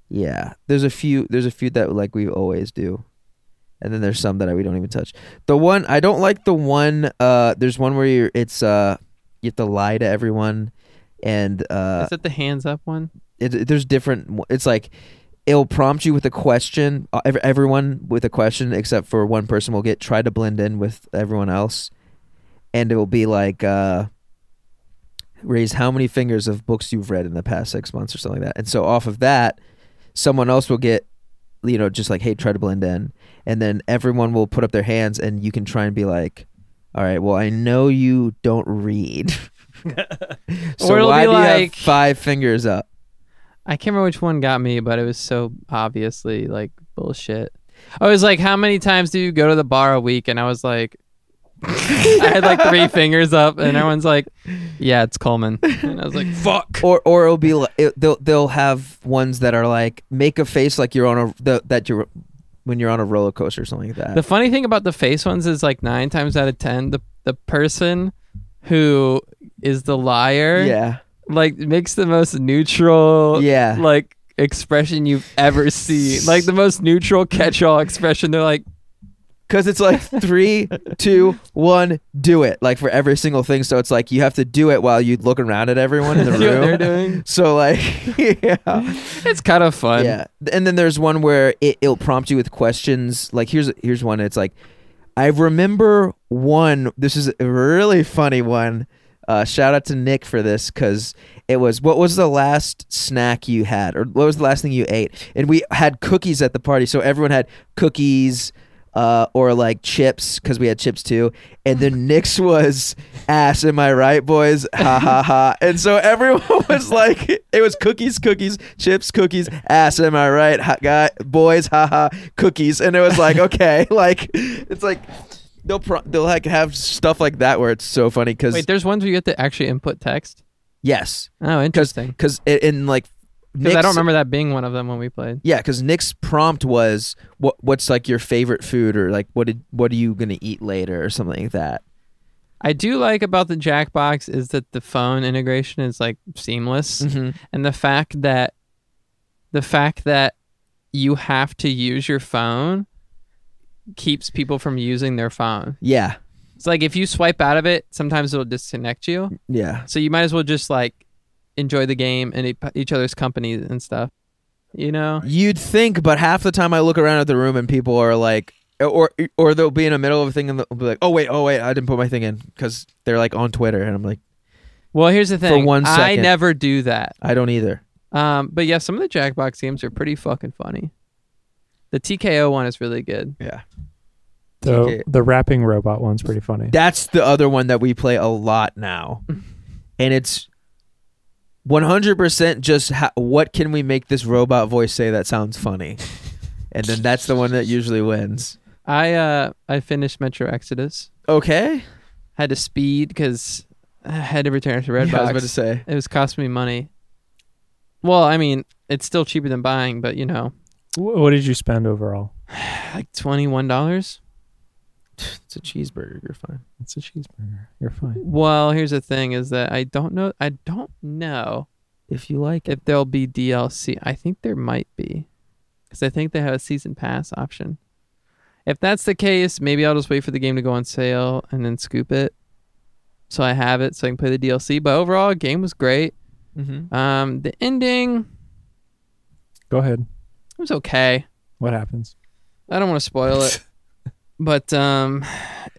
Speaker 1: yeah. There's a few there's a few that like we always do. And then there's some that we don't even touch. The one I don't like the one uh there's one where you're it's uh you have to lie to everyone and uh
Speaker 2: Is that the hands up one?
Speaker 1: it, it- there's different it's like it'll prompt you with a question uh, ev- everyone with a question except for one person will get try to blend in with everyone else and it will be like uh raise how many fingers of books you've read in the past six months or something like that and so off of that someone else will get you know just like hey try to blend in and then everyone will put up their hands and you can try and be like all right well i know you don't read so
Speaker 2: Or it'll
Speaker 1: why
Speaker 2: be
Speaker 1: do you have
Speaker 2: like-
Speaker 1: five fingers up
Speaker 2: I can't remember which one got me, but it was so obviously like bullshit. I was like, how many times do you go to the bar a week? And I was like, I had like three fingers up, and everyone's like, yeah, it's Coleman. And I was like, fuck.
Speaker 1: or or it'll be like it, they'll they'll have ones that are like make a face like you're on a the, that you're when you're on a roller coaster or something like that.
Speaker 2: The funny thing about the face ones is like nine times out of ten, the the person who is the liar,
Speaker 1: yeah,
Speaker 2: like makes the most neutral,
Speaker 1: Yeah.
Speaker 2: like expression you've ever seen, like the most neutral catch-all expression. They're like,
Speaker 1: because it's like three, two, one, do it. Like for every single thing, so it's like you have to do it while you look around at everyone in the
Speaker 2: see what they're
Speaker 1: room.
Speaker 2: doing.
Speaker 1: So like, yeah,
Speaker 2: It's kind of fun.
Speaker 1: yeah. And then there's one where it, it'll prompt you with questions. Like here's here's one. It's like I remember one. This is a really funny one. Uh, shout out to Nick for this because it was what was the last snack you had or what was the last thing you ate? And we had cookies at the party, so everyone had cookies uh, or like chips because we had chips too. And then Nick's was ass, am I right, boys? Ha ha ha! And so everyone was like, it was cookies, cookies, chips, cookies, ass, am I right, ha, guy, boys? Ha ha! Cookies, and it was like, okay, like it's like they'll pro- they'll like have stuff like that where it's so funny because
Speaker 2: Wait, there's ones where you have to actually input text.
Speaker 1: yes,
Speaker 2: Oh, interesting.
Speaker 1: because in like
Speaker 2: Because I
Speaker 1: Nick's-
Speaker 2: don't remember that being one of them when we played.
Speaker 1: Yeah, because Nick's prompt was what what's like your favorite food or like what did what are you gonna eat later or something like that.
Speaker 2: I do like about the Jackbox is that the phone integration is like seamless,
Speaker 1: Mm-hmm.
Speaker 2: and the fact that the fact that you have to use your phone keeps people from using their phone.
Speaker 1: Yeah,
Speaker 2: It's like if you swipe out of it, sometimes it'll disconnect
Speaker 1: Mm-hmm.
Speaker 2: you.
Speaker 1: yeah,
Speaker 2: So you might as well just like enjoy the game and e- each other's company and stuff. You know?
Speaker 1: you'd think, but half the time I look around at the room and people are like, or or they'll be in the middle of a thing and they'll be like, oh wait, oh wait, I didn't put my thing in because they're like on Twitter and I'm like,
Speaker 2: Well, here's the thing.
Speaker 1: one
Speaker 2: I
Speaker 1: second.
Speaker 2: never do that.
Speaker 1: I don't either.
Speaker 2: Um, but yeah, some of the Jackbox games are pretty fucking funny. The TKO one is really good.
Speaker 1: Yeah,
Speaker 3: The
Speaker 1: Okay.
Speaker 3: the rapping robot one's pretty funny.
Speaker 1: that's the other one that we play a lot now, and it's. 100% just ha- what can we make this robot voice say that sounds funny? And then that's the one that usually wins.
Speaker 2: I uh I finished Metro Exodus.
Speaker 1: Okay.
Speaker 2: Had to speed because I had to return it to
Speaker 1: Yeah, I was about to
Speaker 2: Redbox.
Speaker 1: say.
Speaker 2: it was costing me money. Well, I mean, it's still cheaper than buying, but you know,
Speaker 3: Wh- What did you spend overall?
Speaker 2: like twenty one dollars.
Speaker 1: It's a cheeseburger. You're fine.
Speaker 3: It's a cheeseburger. You're fine.
Speaker 2: Well, here's the thing: is that I don't know. I don't know
Speaker 1: If you like
Speaker 2: if there'll be DLC. I think there might be, because I think they have a season pass option. If that's the case, maybe I'll just wait for the game to go on sale and then scoop it, so I have it, so I can play the DLC. But overall, the game was great.
Speaker 1: Mm-hmm.
Speaker 2: Um, the ending
Speaker 3: Go ahead.
Speaker 2: was okay.
Speaker 3: What happens?
Speaker 2: I don't want to spoil it, but um,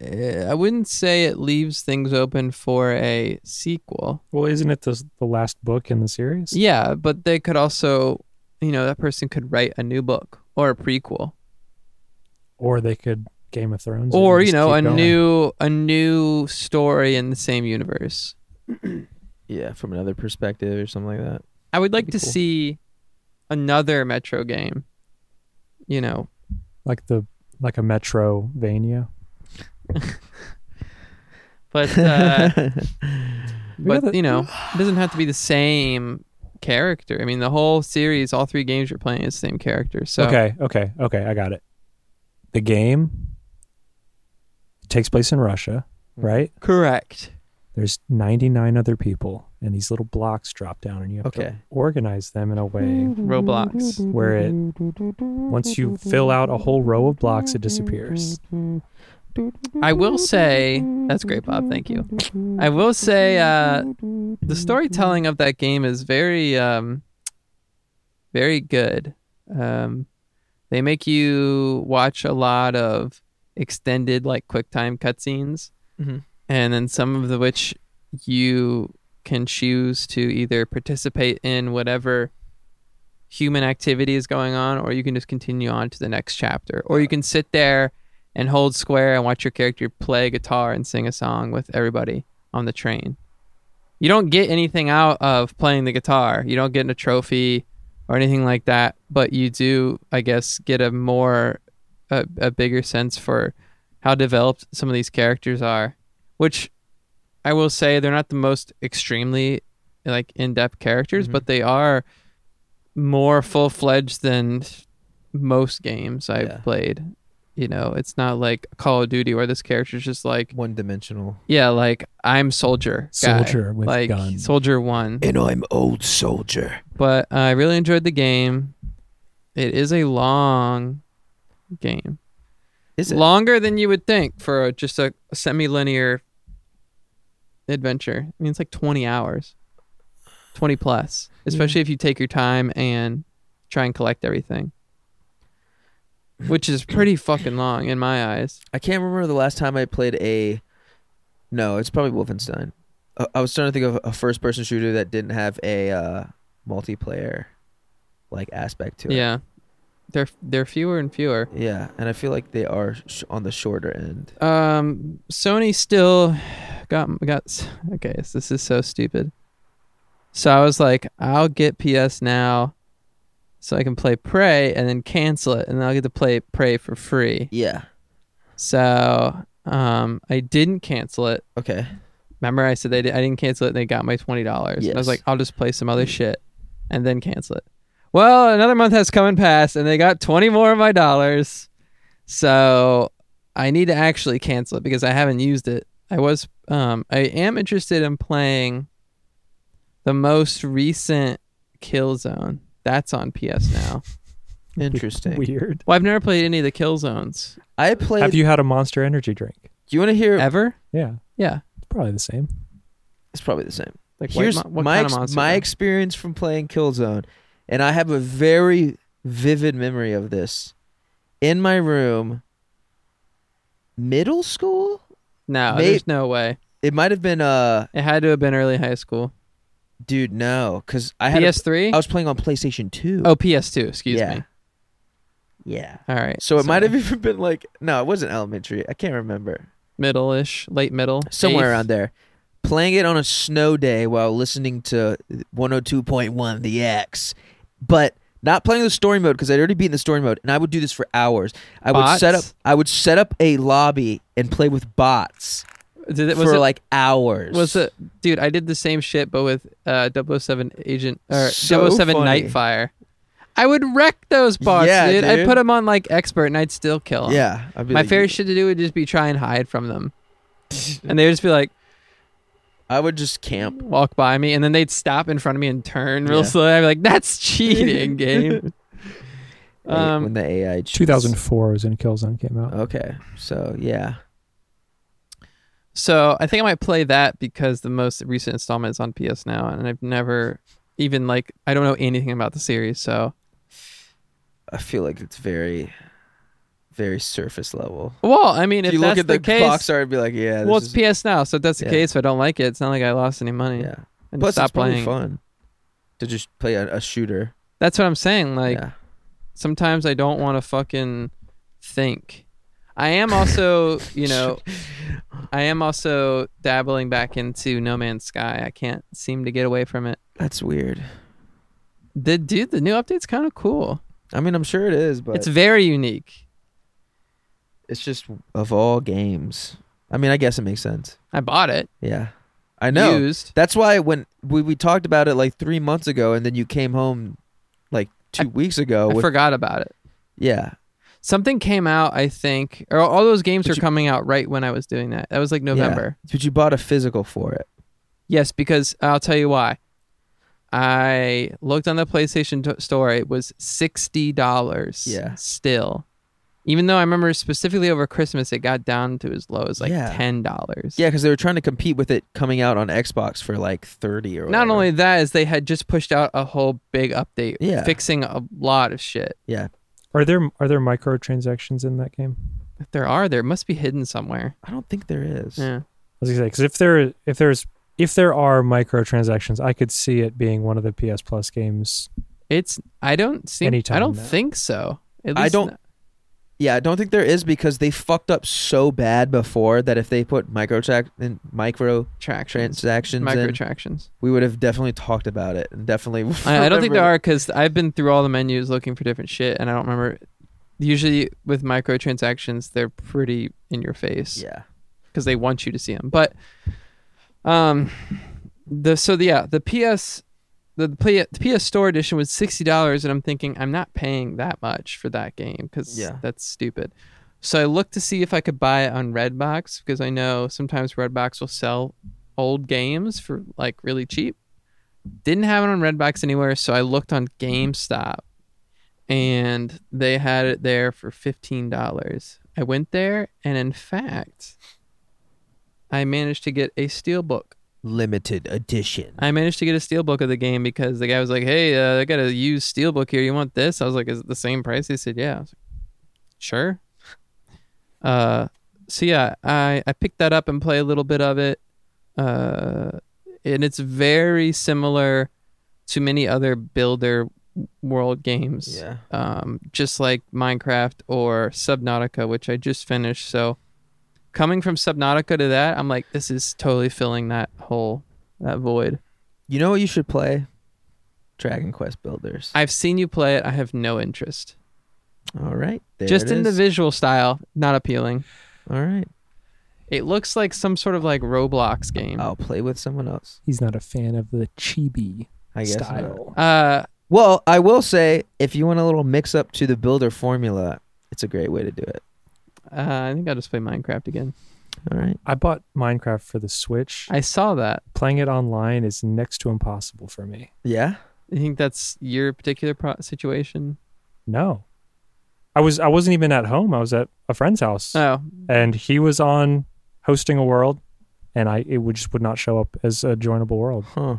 Speaker 2: eh, I wouldn't say it leaves things open for a sequel.
Speaker 3: Well, isn't it the the last book in the series?
Speaker 2: Yeah, but they could also, you know, that person could write a new book or a prequel,
Speaker 3: Or they could Game of Thrones. it
Speaker 2: or
Speaker 3: and
Speaker 2: you
Speaker 3: just
Speaker 2: know,
Speaker 3: keep
Speaker 2: a
Speaker 3: going.
Speaker 2: new a new story in the same universe.
Speaker 1: Yeah, from another perspective or something like that.
Speaker 2: I would like
Speaker 1: That'd be
Speaker 2: to
Speaker 1: cool.
Speaker 2: see another Metro game. You know,
Speaker 3: like the like a Metrovania.
Speaker 2: But uh,
Speaker 3: We
Speaker 2: but
Speaker 3: gotta-
Speaker 2: you know, it doesn't have to be the same character. I mean, the whole series, all three games you're playing is the same character. So
Speaker 3: Okay, okay, okay. I got it. The game takes place in Russia,
Speaker 2: Mm-hmm.
Speaker 3: right?
Speaker 2: correct.
Speaker 3: There's 99 other people, and these little blocks drop down, and you have
Speaker 1: Okay.
Speaker 3: to organize them in a way
Speaker 2: Roblox.
Speaker 3: where it, once you fill out a whole row of blocks, it disappears.
Speaker 2: I will say that's great, Bob. Thank you. I will say uh, the storytelling of that game is very, um, very good. Um, they make you watch a lot of extended, like QuickTime cutscenes,
Speaker 1: Mhm.
Speaker 2: and then some of the which you can choose to either participate in whatever human activity is going on, or you can just continue on to the next chapter, or you can sit there and hold square and watch your character play guitar and sing a song with everybody on the train. You don't get anything out of playing the guitar. You don't get a trophy or anything like that, but you do, I guess, get a more a, a bigger sense for how developed some of these characters are, which I will say they're not the most extremely like in-depth characters,
Speaker 1: Mhm.
Speaker 2: but they are more full-fledged than most games I've
Speaker 1: Yeah.
Speaker 2: played you know it's not like call of duty where this character's just like
Speaker 1: One dimensional.
Speaker 2: yeah like i'm soldier guy.
Speaker 3: Soldier with
Speaker 2: like
Speaker 3: gun.
Speaker 2: soldier one
Speaker 1: And I'm old soldier.
Speaker 2: but i really enjoyed the game it is a long game
Speaker 1: Is it?
Speaker 2: longer than you would think for a, just a, a semi-linear adventure i mean it's like 20 hours 20 plus especially if you take your time and try and collect everything which is pretty fucking long in my eyes
Speaker 1: I can't remember the last time I played a. No, it's probably Wolfenstein. Uh, I, I was trying to think of a first-person shooter that didn't have a uh, multiplayer, like aspect to it.
Speaker 2: Yeah, they're they're fewer and fewer.
Speaker 1: Yeah, and I feel like they are sh- on the shorter end.
Speaker 2: Um, Sony still got got. Okay, so this is so stupid. So I was like, I'll get PS now, so I can play Prey and then cancel it, and then I'll get to play Prey for free.
Speaker 1: Yeah.
Speaker 2: So um, I didn't cancel it.
Speaker 1: Okay.
Speaker 2: Remember, I said they did, I didn't cancel it, and they got my twenty dollars. I
Speaker 1: Yes.
Speaker 2: was like, I'll just play some other shit, and then cancel it. Well, another month has come and passed, and they got twenty more of my dollars. So I need to actually cancel it because I haven't used it. I was, um, I am interested in playing the most recent Killzone. That's on PS now.
Speaker 1: Interesting.
Speaker 3: Weird.
Speaker 2: Well, I've never played any of the Killzones
Speaker 1: I played.
Speaker 3: Have you had a Monster Energy drink?
Speaker 1: do you want to hear?
Speaker 2: ever.
Speaker 3: Yeah,
Speaker 2: Yeah,
Speaker 3: it's probably the same.
Speaker 1: it's probably the same.
Speaker 2: like what
Speaker 1: Here's
Speaker 2: mon- what
Speaker 1: my
Speaker 2: kind
Speaker 1: ex-
Speaker 2: of monster?
Speaker 1: my experience from playing Killzone, and I have a very vivid memory of this. In my room, middle school,
Speaker 2: no,
Speaker 1: may-
Speaker 2: there's no way.
Speaker 1: it might have been uh,
Speaker 2: It had to have been early high school.
Speaker 1: dude, no, because I had a-
Speaker 2: PS3.
Speaker 1: I was playing on PlayStation Two.
Speaker 2: Oh, PS2. Excuse
Speaker 1: yeah,
Speaker 2: me.
Speaker 1: yeah.
Speaker 2: All right.
Speaker 1: So it might
Speaker 2: sorry.
Speaker 1: have even been like no, it wasn't elementary. I can't remember.
Speaker 2: middle-ish, late middle,
Speaker 1: somewhere
Speaker 2: eighth.
Speaker 1: around there. Playing it on a snow day while listening to 102.1 The X, but not playing the story mode because I'd already beaten the story mode, and I would do this for hours. I would set up,
Speaker 2: Bots?
Speaker 1: I would set up a lobby and play with bots
Speaker 2: Did it was
Speaker 1: for
Speaker 2: it,
Speaker 1: like hours.
Speaker 2: was it dude? I did the same shit, but with uh 007 agent or
Speaker 1: So
Speaker 2: 007
Speaker 1: funny.
Speaker 2: Nightfire. I would wreck those bots,
Speaker 1: Yeah,
Speaker 2: dude. I'd
Speaker 1: dude.
Speaker 2: put them on like expert, and I'd still kill them.
Speaker 1: Yeah, I'd be
Speaker 2: My
Speaker 1: like,
Speaker 2: favorite shit to do would just be try and hide from them, and they'd just be like
Speaker 1: I would just camp.
Speaker 2: walk by me, and then they'd stop in front of me and turn real
Speaker 1: Yeah.
Speaker 2: slowly. I'd be like, "That's cheating, game."
Speaker 1: Um,
Speaker 2: Um,
Speaker 1: when the AI cheats.
Speaker 3: 2004 was when Killzone came out.
Speaker 1: Okay, so yeah,
Speaker 2: So I think I might play that because the most recent installment is on PS now, and I've never even like I don't know anything about the series. So
Speaker 1: I feel like it's very, very surface level.
Speaker 2: well, I mean, if,
Speaker 1: If you
Speaker 2: that's
Speaker 1: look at
Speaker 2: the,
Speaker 1: the,
Speaker 2: case,
Speaker 1: box art, and be like, yeah, this
Speaker 2: well, it's
Speaker 1: is,
Speaker 2: PS now, so if that's the
Speaker 1: Yeah.
Speaker 2: case, if I don't like it, it's not like I lost any money.
Speaker 1: yeah.
Speaker 2: And
Speaker 1: Plus,
Speaker 2: stop
Speaker 1: it's probably
Speaker 2: playing.
Speaker 1: fun to just play a, a shooter.
Speaker 2: That's what I'm saying. Like
Speaker 1: yeah.
Speaker 2: sometimes I don't want to fucking think. I am also, you know, I am also dabbling back into No Man's Sky. I can't seem to get away from it.
Speaker 1: that's weird.
Speaker 2: The dude, the new update's kind of cool.
Speaker 1: I mean, I'm sure it is, but
Speaker 2: It's very unique.
Speaker 1: It's just of all games. I mean, I guess it makes sense.
Speaker 2: I bought it
Speaker 1: Yeah, I know.
Speaker 2: used.
Speaker 1: That's why when we, we talked about it like three months ago, and then you came home like two weeks ago.
Speaker 2: I
Speaker 1: with,
Speaker 2: forgot about it.
Speaker 1: yeah,
Speaker 2: Something came out, I think, or all those games
Speaker 1: But
Speaker 2: were
Speaker 1: you-
Speaker 2: coming out right when I was doing that. That was like
Speaker 1: Yeah.
Speaker 2: November.
Speaker 1: but you bought a physical for it.
Speaker 2: Yes, because I'll tell you why. I looked on the PlayStation t- store. It was sixty dollars.
Speaker 1: Yeah.
Speaker 2: Still, even though I remember specifically over Christmas, it got down to as low as like
Speaker 1: Yeah.
Speaker 2: ten dollars.
Speaker 1: Yeah, because they were trying to compete with it coming out on Xbox for like thirty or.
Speaker 2: Not
Speaker 1: whatever.
Speaker 2: only that, is they had just pushed out a whole big update,
Speaker 1: Yeah.
Speaker 2: fixing a lot of shit.
Speaker 1: Yeah,
Speaker 3: Are there are there microtransactions in that game?
Speaker 2: If there are, there must be hidden somewhere.
Speaker 1: I don't think there is.
Speaker 2: Yeah.
Speaker 3: I was gonna say because if there if there's if there are microtransactions, I could see it being one of the PS Plus games.
Speaker 2: It's I don't see I
Speaker 3: Anytime
Speaker 2: don't
Speaker 3: now.
Speaker 2: think so. At
Speaker 1: I
Speaker 2: least
Speaker 1: don't- Yeah, I don't think there is because they fucked up so bad before that if they put microtrac- in micro
Speaker 2: tractions.
Speaker 1: transactions in,
Speaker 2: Microtractions.
Speaker 1: we would have definitely talked about it and definitely.
Speaker 2: I, I don't think
Speaker 1: remembered
Speaker 2: there
Speaker 1: it.
Speaker 2: are because I've been through all the menus looking for different shit, and I don't remember. Usually with microtransactions, they're pretty in your face
Speaker 1: Yeah,
Speaker 2: because they want you to see them. But um, the so the yeah the PS the, P- the PS Store edition was sixty dollars, and I'm thinking I'm not paying that much for that game because
Speaker 1: Yeah.
Speaker 2: that's stupid. So I looked to see if I could buy it on Redbox because I know sometimes Redbox will sell old games for like really cheap. Didn't have it on Redbox anywhere, so I looked on GameStop and they had it there for $15. I went there and in fact I managed to get a steelbook.
Speaker 1: limited edition.
Speaker 2: I managed to get a steelbook of the game because the guy was like, "Hey, uh, I got a used steelbook here. You want this?" I was like, "Is it the same price?" He said, "Yeah." I was like, sure. Uh, so yeah, I I picked that up and play a little bit of it, uh, and it's very similar to many other builder world games
Speaker 1: Yeah,
Speaker 2: um, just like Minecraft or Subnautica, which I just finished. So, coming from Subnautica to that, I'm like, this is totally filling that hole, that void.
Speaker 1: you know what you should play? Dragon Quest Builders.
Speaker 2: I've seen you play it. I have no interest.
Speaker 1: All right, there
Speaker 2: just
Speaker 1: it
Speaker 2: in the
Speaker 1: is.
Speaker 2: visual style, not appealing.
Speaker 1: All right,
Speaker 2: It looks like some sort of like Roblox game.
Speaker 1: I'll play with someone else.
Speaker 3: He's not a fan of the chibi
Speaker 1: I guess. not.
Speaker 3: style.
Speaker 2: Uh,
Speaker 1: Well, I will say if you want a little mix up to the builder formula, it's a great way to do it.
Speaker 2: uh, I think I'll just play Minecraft again.
Speaker 1: All right.
Speaker 3: I bought Minecraft for the Switch.
Speaker 2: I saw that.
Speaker 3: Playing it online is next to impossible for me.
Speaker 1: Yeah.
Speaker 2: I think that's your particular pro- situation.
Speaker 3: No, I was I wasn't even at home. I was at a friend's house,
Speaker 2: Oh,
Speaker 3: and he was on hosting a world, and I it would just would not show up as a joinable world.
Speaker 1: Huh.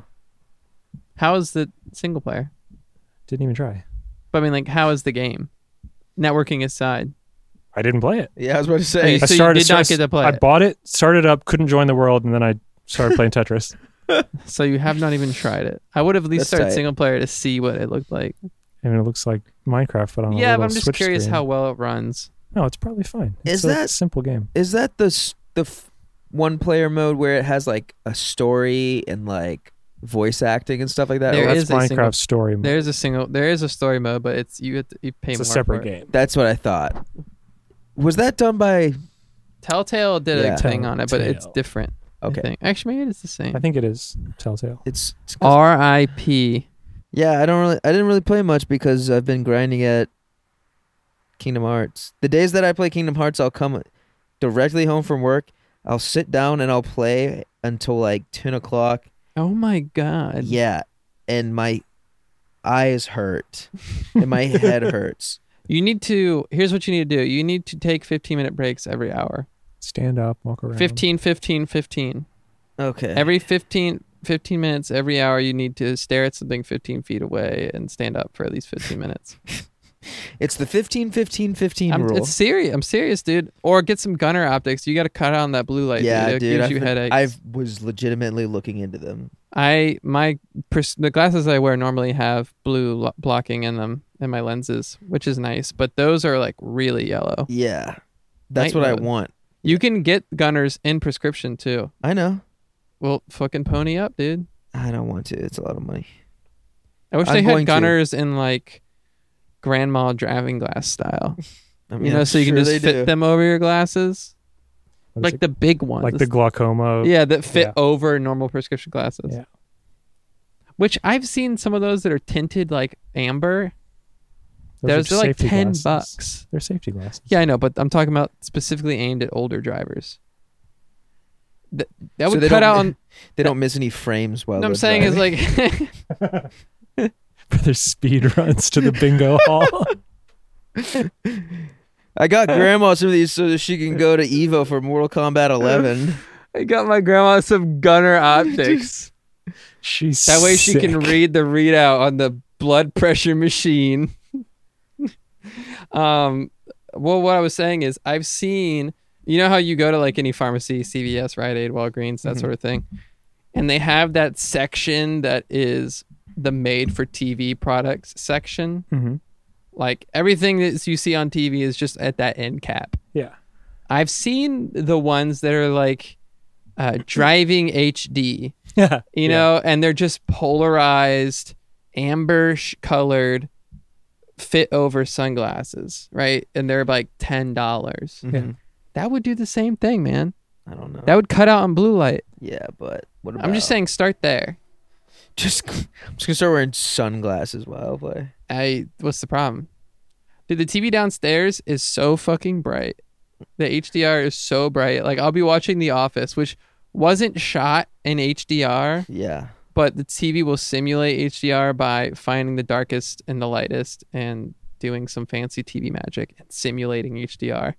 Speaker 2: how is the single player?
Speaker 3: Didn't even try.
Speaker 2: But I mean, like, how is the game? Networking aside.
Speaker 3: I didn't play it.
Speaker 1: Yeah, I was about to
Speaker 2: Are
Speaker 1: say.
Speaker 2: you- So did not get to play
Speaker 3: I
Speaker 2: it.
Speaker 3: bought it, started up, couldn't join the world, and then I started playing Tetris.
Speaker 2: So you have not even tried it. I would have at least
Speaker 1: That's
Speaker 2: started
Speaker 1: tight.
Speaker 2: single player to see what it looked like.
Speaker 3: And it looks like Minecraft,
Speaker 1: Oh,
Speaker 3: but on a
Speaker 2: yeah,
Speaker 3: little
Speaker 2: but I'm just
Speaker 3: Switch
Speaker 2: curious
Speaker 3: screen.
Speaker 2: how well it runs.
Speaker 3: No, it's probably fine. It's
Speaker 1: Is
Speaker 3: a
Speaker 1: that-
Speaker 3: simple game?
Speaker 1: Is that the s- the f- one player mode where it has like a story and like voice acting and stuff like that?
Speaker 2: There
Speaker 1: Or-
Speaker 2: is
Speaker 3: That's
Speaker 2: a
Speaker 3: Minecraft
Speaker 2: single-
Speaker 3: story. mode.
Speaker 2: There is a single, there is a story mode, but it's you have to, you pay
Speaker 3: It's a
Speaker 2: more.
Speaker 3: separate
Speaker 2: for it.
Speaker 3: game.
Speaker 1: That's what I thought. Was that done by?
Speaker 2: Telltale did
Speaker 1: Yeah.
Speaker 2: a thing on it, but it's
Speaker 3: Telltale.
Speaker 2: different.
Speaker 1: Okay.
Speaker 2: Okay. I think. Actually, maybe it's the same.
Speaker 3: I think it is Telltale.
Speaker 1: It's. it's 'cause-
Speaker 2: R.I.P.
Speaker 1: yeah, I don't really. I didn't really play much because I've been grinding at Kingdom Hearts. The days that I play Kingdom Hearts, I'll come directly home from work. I'll sit down and I'll play until like ten o'clock.
Speaker 2: Oh my god.
Speaker 1: Yeah, and my eyes hurt, and my head hurts.
Speaker 2: You need to. Here's what you need to do. You need to take 15 minute breaks every hour.
Speaker 3: Stand up, walk around.
Speaker 2: 15, 15, 15.
Speaker 1: Okay.
Speaker 2: Every 15, 15 minutes, every hour, you need to stare at something 15 feet away and stand up for at least 15 minutes.
Speaker 1: it's the 15 15 15
Speaker 2: I'm,
Speaker 1: rule.
Speaker 2: It's serious. I'm serious, dude. Or get some gunner optics. You got to cut on that blue light.
Speaker 1: yeah,
Speaker 2: dude. It
Speaker 1: dude.
Speaker 2: gives
Speaker 1: I've,
Speaker 2: you
Speaker 1: been-
Speaker 2: headaches.
Speaker 1: I've- was legitimately looking into them.
Speaker 2: I my pers- the glasses I wear normally have blue lo- blocking in them in my lenses, which is nice. But those are like really yellow.
Speaker 1: Yeah. That's
Speaker 2: Night
Speaker 1: what
Speaker 2: mode.
Speaker 1: I want.
Speaker 2: You can get gunners in prescription too.
Speaker 1: I know.
Speaker 2: Well, fucking pony up, dude.
Speaker 1: I don't want to. It's a lot of money.
Speaker 2: I wish
Speaker 1: I'm
Speaker 2: they
Speaker 1: going
Speaker 2: had
Speaker 1: to.
Speaker 2: gunners in like grandma driving glass style.
Speaker 1: I
Speaker 2: you know,
Speaker 1: I'm
Speaker 2: so you can
Speaker 1: sure
Speaker 2: just
Speaker 1: they
Speaker 2: fit
Speaker 1: do.
Speaker 2: them over your glasses,
Speaker 3: What is
Speaker 2: like
Speaker 3: it?
Speaker 2: the big ones,
Speaker 3: like the glaucoma.
Speaker 2: yeah that fit
Speaker 3: yeah.
Speaker 2: over normal prescription glasses.
Speaker 3: Yeah.
Speaker 2: Which I've seen some of those that are tinted like amber.
Speaker 3: Those
Speaker 2: Those,
Speaker 3: are
Speaker 2: are like
Speaker 3: safety
Speaker 2: ten
Speaker 3: glasses.
Speaker 2: bucks.
Speaker 3: They're safety glasses.
Speaker 2: Yeah, I know, but I'm talking about specifically aimed at older drivers. That, that
Speaker 1: So
Speaker 2: would
Speaker 1: they
Speaker 2: cut
Speaker 1: don't-
Speaker 2: out on
Speaker 1: They don't miss any frames while
Speaker 2: What I'm
Speaker 1: they're
Speaker 2: saying
Speaker 1: driving.
Speaker 2: is like,
Speaker 3: For their speed runs to the bingo hall.
Speaker 1: I got grandma some of these so that she can go to Evo for Mortal Kombat 11.
Speaker 2: I got my grandma some gunner optics.
Speaker 3: She's
Speaker 2: that way she can
Speaker 3: sick.
Speaker 2: read the readout on the blood pressure machine. um, well, what I was saying is I've seen, you know how you go to like any pharmacy, CVS, Rite Aid, Walgreens, that
Speaker 3: Mm-hmm.
Speaker 1: Mhm.
Speaker 2: sort of thing, and they have that section that is the made for TV products section.
Speaker 3: Mhm.
Speaker 2: Like everything that you see on TV is just at that end cap.
Speaker 3: Yeah.
Speaker 2: I've seen the ones that are like uh, driving HD,
Speaker 3: Yeah.
Speaker 2: you know, and they're just polarized, amber sh- colored, fit over sunglasses, right? And they're like ten dollars.
Speaker 1: Mhm.
Speaker 2: That would do the same thing, man.
Speaker 1: I don't know.
Speaker 2: That would cut out on blue light.
Speaker 1: yeah, but what about
Speaker 2: I'm just saying, start there.
Speaker 1: Just, I'm just gonna start wearing sunglasses while I play.
Speaker 2: I what's the problem? Dude, the TV downstairs is so fucking bright. The HDR is so bright. Like I'll be watching The Office, which wasn't shot in HDR.
Speaker 1: Yeah,
Speaker 2: but the TV will simulate HDR by finding the darkest and the lightest and doing some fancy TV magic and simulating HDR.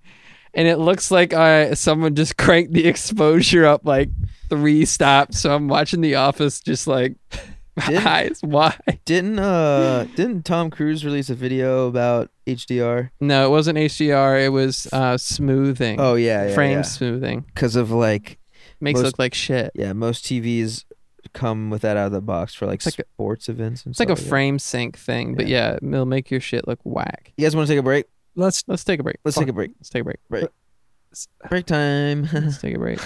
Speaker 2: And it looks like uh, someone just cranked the exposure up like three stops. So I'm watching The Office just like my
Speaker 1: Didn't-
Speaker 2: eyes wide.
Speaker 1: didn't uh didn't Tom Cruise release a video about HDR?
Speaker 2: No, it wasn't HDR. It was uh, smoothing.
Speaker 1: Oh yeah, yeah
Speaker 2: frame smoothing.
Speaker 1: Because of like
Speaker 2: Makes it
Speaker 1: Most-
Speaker 2: look like shit.
Speaker 1: yeah, most TVs come with that out of the box for like,
Speaker 2: It's like a-
Speaker 1: sports events. And
Speaker 2: It's like a
Speaker 1: stuff that.
Speaker 2: frame sync thing. But yeah, it'll make your shit look whack.
Speaker 1: You guys want to take a break?
Speaker 3: Let's
Speaker 2: Let's take a break.
Speaker 1: Let's take a break.
Speaker 2: Let's take a break.
Speaker 1: Break time.
Speaker 2: Let's take a break.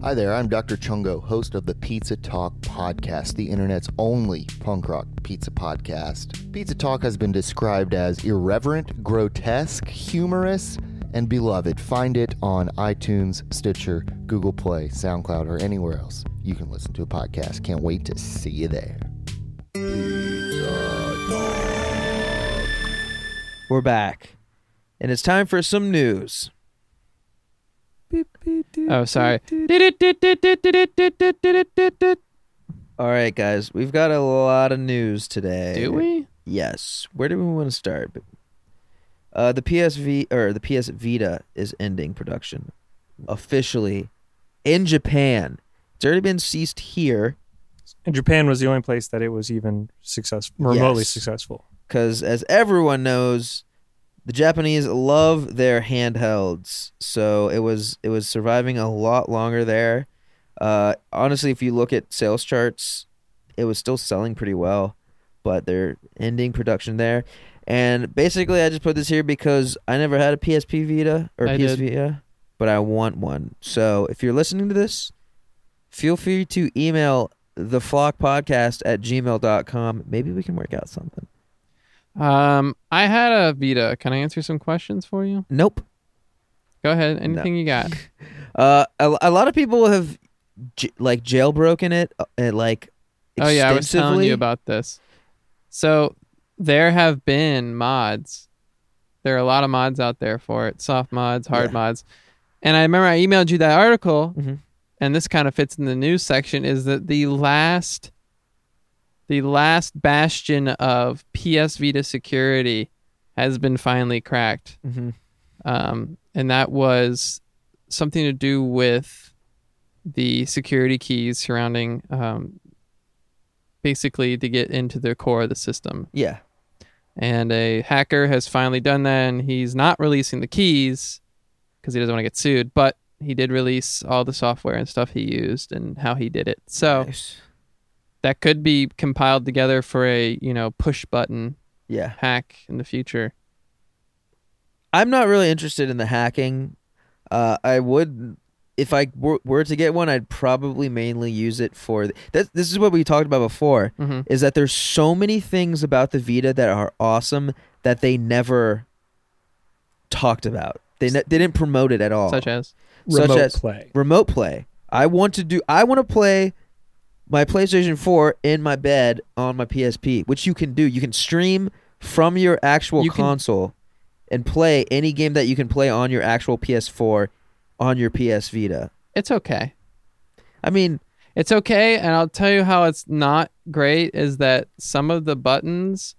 Speaker 4: Hi there, I'm Dr. Chungo, host of the Pizza Talk podcast, the internet's only punk rock pizza podcast. Pizza Talk has been described as irreverent, grotesque, humorous, and beloved. Find it on iTunes, Stitcher, Google Play, SoundCloud, or anywhere else you can listen to a podcast. Can't wait to see you there.
Speaker 1: We're back, and it's time for some news.
Speaker 2: Oh, sorry.
Speaker 1: All right, guys, we've got a lot of news today.
Speaker 2: Do we?
Speaker 1: Yes. Where do we want to start? But- Uh, the PSV or the PS Vita is ending production officially in Japan. It's already been ceased here
Speaker 3: And Japan was the only place that it was even successful, remotely
Speaker 1: Yes.
Speaker 3: successful.
Speaker 1: because, as everyone knows, the Japanese love their handhelds. So it was it was surviving a lot longer there. Uh, honestly, if you look at sales charts, it was still selling pretty well, but they're ending production there. And basically, I just put this here because I never had a PSP Vita or
Speaker 2: I
Speaker 1: PS
Speaker 2: did.
Speaker 1: Vita, but I want one. So if you're listening to this, feel free to email the flock podcast at gmail.com. Maybe we can work out something.
Speaker 2: Um, I had a Vita. Can I answer some questions for you?
Speaker 1: Nope.
Speaker 2: Go ahead. Anything you got?
Speaker 1: Uh, a, a lot of people have j- like jailbroken it, uh, uh, like
Speaker 2: Oh yeah, I was telling
Speaker 1: extensively.
Speaker 2: you about this. So there have been mods. There are a lot of mods out there for it. Soft mods, hard
Speaker 1: Yeah.
Speaker 2: mods. And I remember I emailed you that article,
Speaker 1: Mhm.
Speaker 2: and this kind of fits in the news section. Is that the last, the last bastion of PS Vita security has been finally cracked?
Speaker 1: Mhm.
Speaker 2: um, and that was something to do with the security keys surrounding um, basically to get into the core of the system
Speaker 1: Yeah.
Speaker 2: and a hacker has finally done that and he's not releasing the keys because he doesn't want to get sued but he did release all the software and stuff he used and how he did it so
Speaker 1: Nice.
Speaker 2: that could be compiled together for a you know push button
Speaker 1: Yeah.
Speaker 2: hack in the future
Speaker 1: I'm not really interested in the hacking. Uh, I would, if I were, were to get one, I'd probably mainly use it for. th- This, this is what we talked about before.
Speaker 2: hmm
Speaker 1: Is that there's so many things about the Vita that are awesome that they never talked about. They, ne- they didn't promote it at all.
Speaker 2: such as
Speaker 1: Such
Speaker 3: remote
Speaker 1: as-
Speaker 3: play.
Speaker 1: remote play. I want to do. I want to play my PlayStation 4 in my bed on my PSP, which you can do. You can stream from your actual
Speaker 2: You can-
Speaker 1: console and play any game that you can play on your actual PS4 on your PS Vita.
Speaker 2: it's okay.
Speaker 1: I mean,
Speaker 2: It's okay, and I'll tell you how it's not great is that some of the buttons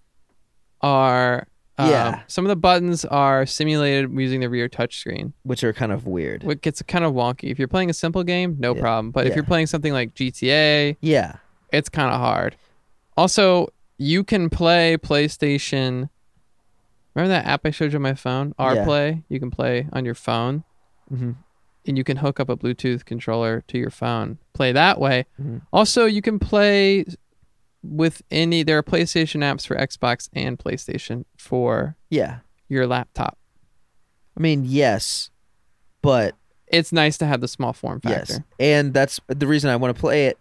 Speaker 2: are um,
Speaker 1: Yeah.
Speaker 2: Some of the buttons are simulated using the rear touchscreen,
Speaker 1: which are kind of weird.
Speaker 2: which gets kind of wonky. If you're playing a simple game, no
Speaker 1: Yeah.
Speaker 2: problem. But
Speaker 1: Yeah.
Speaker 2: if you're playing something like GTA,
Speaker 1: yeah,
Speaker 2: it's kind of hard. Also, you can play PlayStation. Remember that app I showed you on my phone, R
Speaker 1: Yeah.
Speaker 2: Play. You can play on your phone,
Speaker 1: Mhm.
Speaker 2: and you can hook up a Bluetooth controller to your phone. Play that way.
Speaker 1: Mhm.
Speaker 2: Also, you can play with any. There are PlayStation apps for Xbox and PlayStation for
Speaker 1: yeah.
Speaker 2: your laptop.
Speaker 1: I mean, yes, but
Speaker 2: It's nice to have the small form factor.
Speaker 1: yes, and that's the reason I want to play it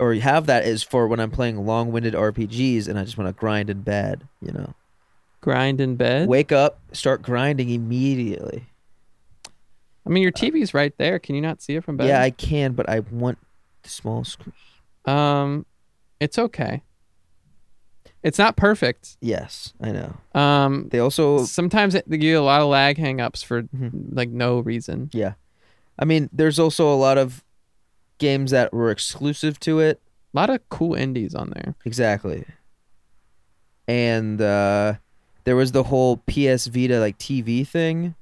Speaker 1: or have that is for when I'm playing long-winded RPGs and I just want to grind in bed. You know.
Speaker 2: Grind in bed.
Speaker 1: Wake up, start grinding immediately.
Speaker 2: I mean, your TV's right there. Can you not see it from bed?
Speaker 1: uh, Yeah, I can, but I want the small screen.
Speaker 2: Um, it's okay. It's not perfect.
Speaker 1: Yes, I know.
Speaker 2: Um,
Speaker 1: They also,
Speaker 2: sometimes it, they get a lot of lag hangups for
Speaker 1: Mhm.
Speaker 2: like no reason.
Speaker 1: I mean, there's also a lot of games that were exclusive to it.
Speaker 2: A lot of cool indies on there.
Speaker 1: Exactly. And uh, there was the whole PS Vita like TV thing,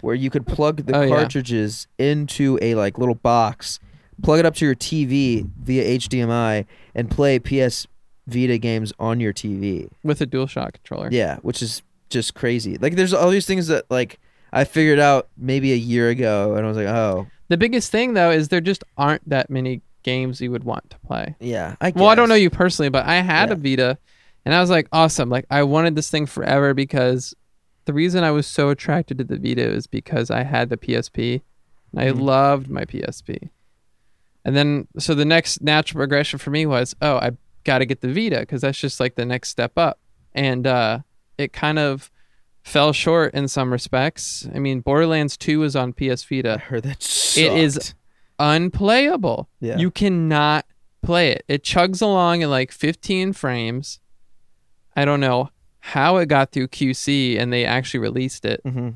Speaker 1: where you could plug the
Speaker 2: Oh, yeah.
Speaker 1: cartridges into a like little box, plug it up to your TV via HDMI, and play PS Vita games on your TV.
Speaker 2: With a DualShock controller.
Speaker 1: Yeah, which is just crazy. Like there's all these things that like I figured out maybe a year ago and I was like, "Oh,
Speaker 2: The biggest thing though is there just aren't that many games you would want to play.
Speaker 1: yeah, I
Speaker 2: Well, I don't
Speaker 1: guess.
Speaker 2: know you personally, but I had a
Speaker 1: Yeah.
Speaker 2: Vita and I was like, awesome. Like I wanted this thing forever because the reason I was so attracted to the Vita is because I had the PSP. And I
Speaker 1: Mhm.
Speaker 2: loved my PSP. And then so the next natural progression for me was, oh, I got to get the Vita because that's just like the next step up. And uh it kind of fell short in some respects. I mean, Borderlands 2 was on PS
Speaker 1: I
Speaker 2: Vita.
Speaker 1: heard that
Speaker 2: It is-
Speaker 1: sucked.
Speaker 2: Unplayable.
Speaker 1: yeah.
Speaker 2: You cannot play it. It chugs along at like 15 frames. I don't know how it got through QC and they actually released it
Speaker 1: hmm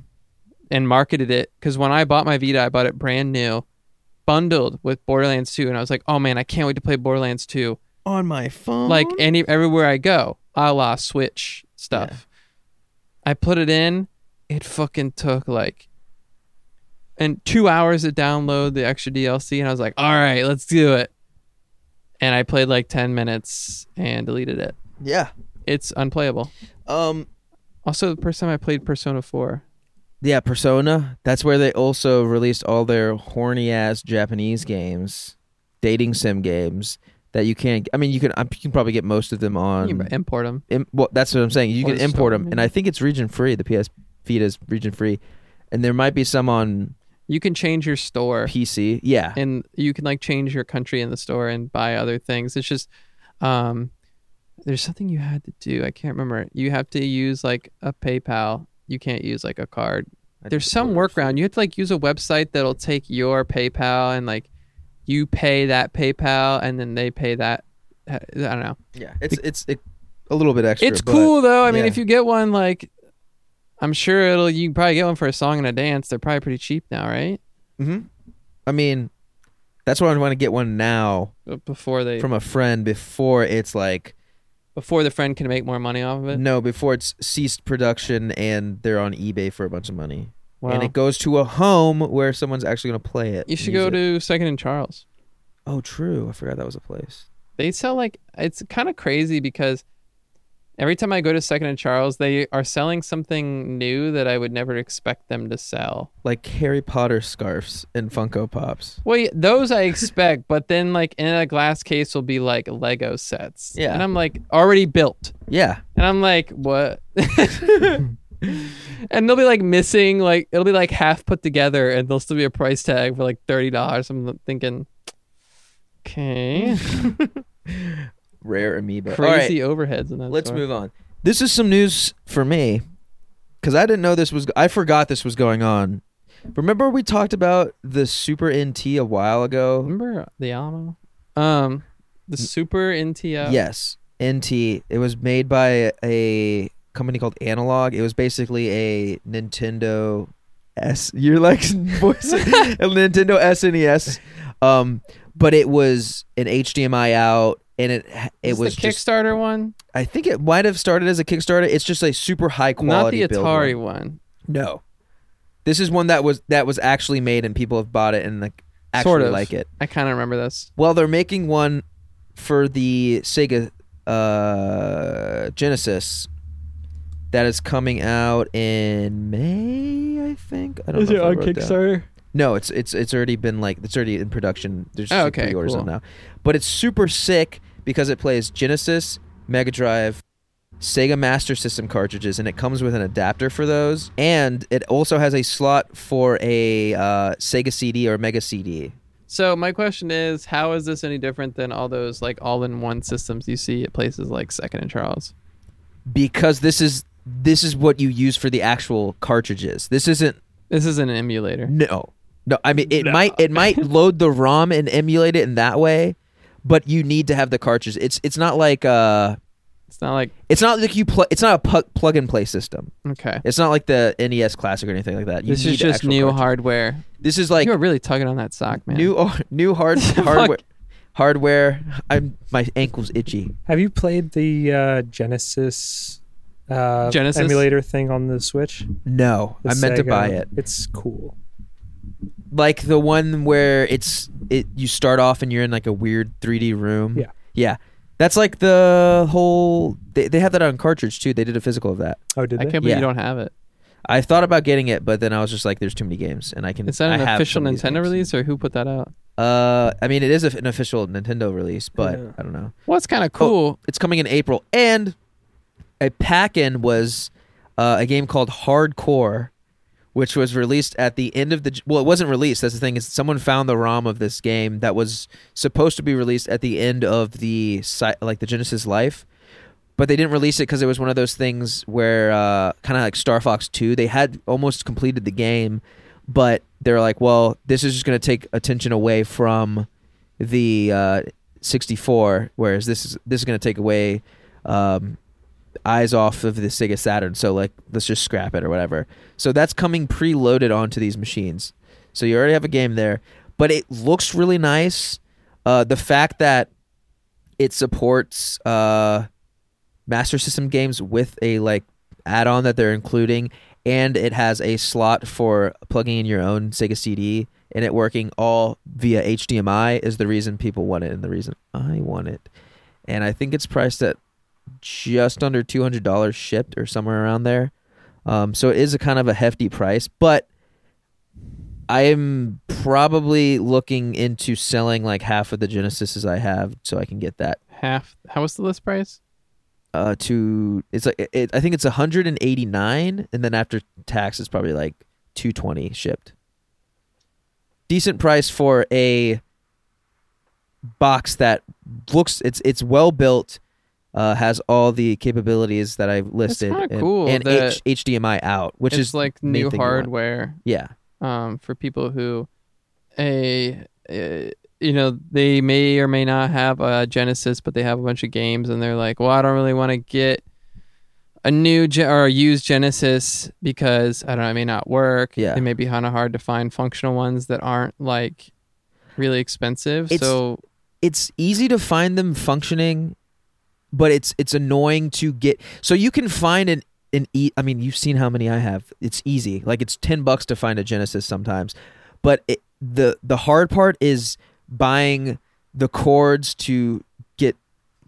Speaker 2: and marketed it because when I bought my Vita, I bought it brand new, bundled with Borderlands 2, and I was like, oh man, I can't wait to play Borderlands 2
Speaker 1: on my phone.
Speaker 2: like any everywhere I go, a la Switch stuff. I put it in. It fucking took like and two hours to download the extra DLC, and I was like, all right, let's do it. And I played like ten minutes and deleted it.
Speaker 1: yeah.
Speaker 2: It's unplayable.
Speaker 1: Um
Speaker 2: Also, the first time I played Persona Four,
Speaker 1: yeah, Persona. That's where they also released all their horny ass Japanese games, dating sim games that you can't I mean, you can you can probably get most of them on
Speaker 2: you import them.
Speaker 1: Im- well, that's what I'm saying. You
Speaker 2: Or
Speaker 1: can
Speaker 2: so,
Speaker 1: import them, and
Speaker 2: maybe.
Speaker 1: I think it's region free. The PS Vita is region free, and there might be some on
Speaker 2: You can change your store.
Speaker 1: PC. Yeah,
Speaker 2: and you can like change your country in the store and buy other things it's just um there's something you had to do i can't remember you have to use like a paypal you can't use like a card
Speaker 1: I
Speaker 2: there's
Speaker 1: just
Speaker 2: some
Speaker 1: ordered
Speaker 2: workaround you have to like use a website that'll take your paypal and like you pay that paypal and then they pay that uh, i don't
Speaker 1: some-
Speaker 2: know
Speaker 1: Yeah, it's it's it, a little bit extra.
Speaker 2: it's
Speaker 1: but-
Speaker 2: cool though i mean
Speaker 1: yeah.
Speaker 2: if you get one like i'm sure it'll you can probably get one for a song and a dance they're probably pretty cheap now right
Speaker 1: Mhm. I mean, that's why I want to get one now
Speaker 2: before they
Speaker 1: from a friend before it's like
Speaker 2: before the friend can make more money off of it
Speaker 1: no before it's ceased production and they're on eBay for a bunch of money
Speaker 2: Wow.
Speaker 1: and it goes to a home where someone's actually gonna play it.
Speaker 2: You should
Speaker 1: and
Speaker 2: go
Speaker 1: use it.
Speaker 2: to Second and Charles.
Speaker 1: Oh, true. I forgot that was a place.
Speaker 2: They sell like it's kind of crazy because every time I go to Second and Charles, they are selling something new that I would never expect them to sell.
Speaker 1: Like Harry Potter scarves and Funko Pops.
Speaker 2: Well, yeah, those I expect, but then like in a glass case will be like Lego sets.
Speaker 1: Yeah.
Speaker 2: And I'm like already built.
Speaker 1: Yeah,
Speaker 2: And I'm like, what? and they'll be like missing, like it'll be like half put together, and there'll still be a price tag for like thirty dollars. I'm thinking, okay,
Speaker 1: rare amoeba. All right,
Speaker 2: crazy overheads. In that
Speaker 1: let's
Speaker 2: store.
Speaker 1: move on. This is some news for me because I didn't know this was. I forgot this was going on. Remember we talked about the Super NT a while ago?
Speaker 2: Remember the Alamo? Um, the Super NTO.
Speaker 1: Yes, NT. It was made by a company called Analog. It was basically a Nintendo S. You're like voice a Nintendo SNES. Um, but it was an HDMI out, and it it
Speaker 2: Is
Speaker 1: was
Speaker 2: the
Speaker 1: just
Speaker 2: Kickstarter one,
Speaker 1: I think it might have started as a Kickstarter. It's just a super high
Speaker 2: not
Speaker 1: quality.
Speaker 2: the
Speaker 1: build
Speaker 2: Atari
Speaker 1: one.
Speaker 2: one.
Speaker 1: No, this is one that was that was actually made and people have bought it and like actually
Speaker 2: Sort of.
Speaker 1: like it.
Speaker 2: I kind of remember this.
Speaker 1: Well, they're making one for the Sega uh, Genesis that is coming out in May. I think I don't know. if I wrote down. No, it's it's it's already been like it's already in production. There's just
Speaker 2: Oh,
Speaker 1: like,
Speaker 2: okay,
Speaker 1: pre-orders
Speaker 2: cool.
Speaker 1: on now, but it's super sick because it plays Genesis, Mega Drive, Sega Master System cartridges, and it comes with an adapter for those, and it also has a slot for a uh, Sega CD or Mega CD.
Speaker 2: So my question is, how is this any different than all those like all-in-one systems you see at places like Second and Charles?
Speaker 1: because this is this is what you use for the actual cartridges. This isn't
Speaker 2: This isn't an emulator.
Speaker 1: no. No, I mean it
Speaker 3: No.
Speaker 1: might it might load the ROM and emulate it in that way, but you need to have the cartridge. It's it's not like uh
Speaker 2: It's not like
Speaker 1: it's not like you plug it's not a pu- plug and play system.
Speaker 2: okay.
Speaker 1: It's not like the NES classic or anything like that. You
Speaker 2: this
Speaker 1: need
Speaker 2: is just
Speaker 1: actual
Speaker 2: new
Speaker 1: cartridge.
Speaker 2: hardware.
Speaker 1: This is like
Speaker 2: you are really tugging on that sock, man.
Speaker 1: new new hard hardware hardware. I'm my ankle's itchy.
Speaker 3: Have you played the uh, Genesis, uh,
Speaker 2: Genesis?
Speaker 3: emulator thing on the Switch?
Speaker 1: No,
Speaker 3: The
Speaker 1: I meant to
Speaker 3: Sega?
Speaker 1: buy it.
Speaker 3: It's cool.
Speaker 1: like the one where it's it you start off and you're in like a weird 3D room.
Speaker 3: Yeah.
Speaker 1: Yeah. That's like the whole they they have that on cartridge too. They did a physical of that.
Speaker 3: Oh, did
Speaker 2: I
Speaker 3: they?
Speaker 2: can't believe
Speaker 1: Yeah.
Speaker 2: you don't have it.
Speaker 1: I thought about getting it, but then I was just like there's too many games and I can
Speaker 2: Is that an
Speaker 1: I have
Speaker 2: official
Speaker 1: some of these
Speaker 2: Nintendo
Speaker 1: games.
Speaker 2: release or who put that out?
Speaker 1: Uh I mean it is an official Nintendo release, but
Speaker 3: Yeah.
Speaker 1: I don't know.
Speaker 2: Well, it's kind of cool.
Speaker 1: It's coming in April and a pack-in was uh, a game called Hardcore which was released at the end of the well it wasn't released that's the thing is someone found the rom of this game that was supposed to be released at the end of the si- like the genesis life but they didn't release it because it was one of those things where uh, kind of like star fox 2 they had almost completed the game but they're like well this is just going to take attention away from the uh, 64 whereas this is this is going to take away um, eyes off of the Sega Saturn. So like, let's just scrap it or whatever. So that's coming preloaded onto these machines. So you already have a game there, but it looks really nice. Uh, the fact that it supports uh, Master System games with a like add-on that they're including, and it has a slot for plugging in your own Sega CD and it working all via HDMI is the reason people want it and the reason I want it. And I think it's priced at just under two hundred dollars shipped or somewhere around there. Um, so it is a kind of a hefty price, but I am probably looking into selling like half of the Genesises I have so I can get that
Speaker 2: Half. How was the list price?
Speaker 1: uh to it's like it, I think it's 189 and then after tax it's probably like 220 shipped. Decent price for a box that looks it's it's well built uh has all the capabilities that I've listed
Speaker 2: kinda
Speaker 1: and,
Speaker 2: cool
Speaker 1: and
Speaker 2: that
Speaker 1: H- HDMI out which
Speaker 2: it's
Speaker 1: is
Speaker 2: like
Speaker 1: the main
Speaker 2: new
Speaker 1: thing you want.
Speaker 2: hardware.
Speaker 1: yeah
Speaker 2: um, for people who a, a you know they may or may not have a Genesis, but they have a bunch of games, and they're like, well, I don't really want to get a new gen- or a used Genesis because I don't know, it may not work.
Speaker 1: Yeah.
Speaker 2: it may be kind of hard to find functional ones that aren't like really expensive.
Speaker 1: It's-
Speaker 2: so
Speaker 1: it's easy to find them functioning, but it's it's annoying to get. So you can find an an e. I mean, you've seen how many I have. It's easy. Like it's ten bucks to find a Genesis sometimes, but it, the the hard part is buying the cords to get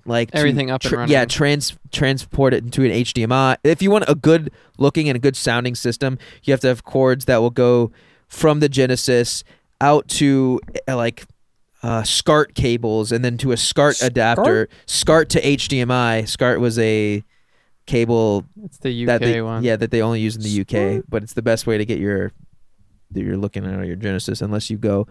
Speaker 1: like to
Speaker 2: Everything up and
Speaker 1: tr-
Speaker 2: running.
Speaker 1: Yeah, trans transport it into an HDMI. If you want a good looking and a good sounding system, you have to have cords that will go from the Genesis out to uh, like uh, SCART cables and then to a SCART,
Speaker 3: SCART?
Speaker 1: adapter. SCART to HDMI. SCART was a cable
Speaker 2: it's the UK
Speaker 1: that they
Speaker 2: one.
Speaker 1: yeah that they only use in the UK, but it's the best way to get your that you're looking at or your Genesis unless you go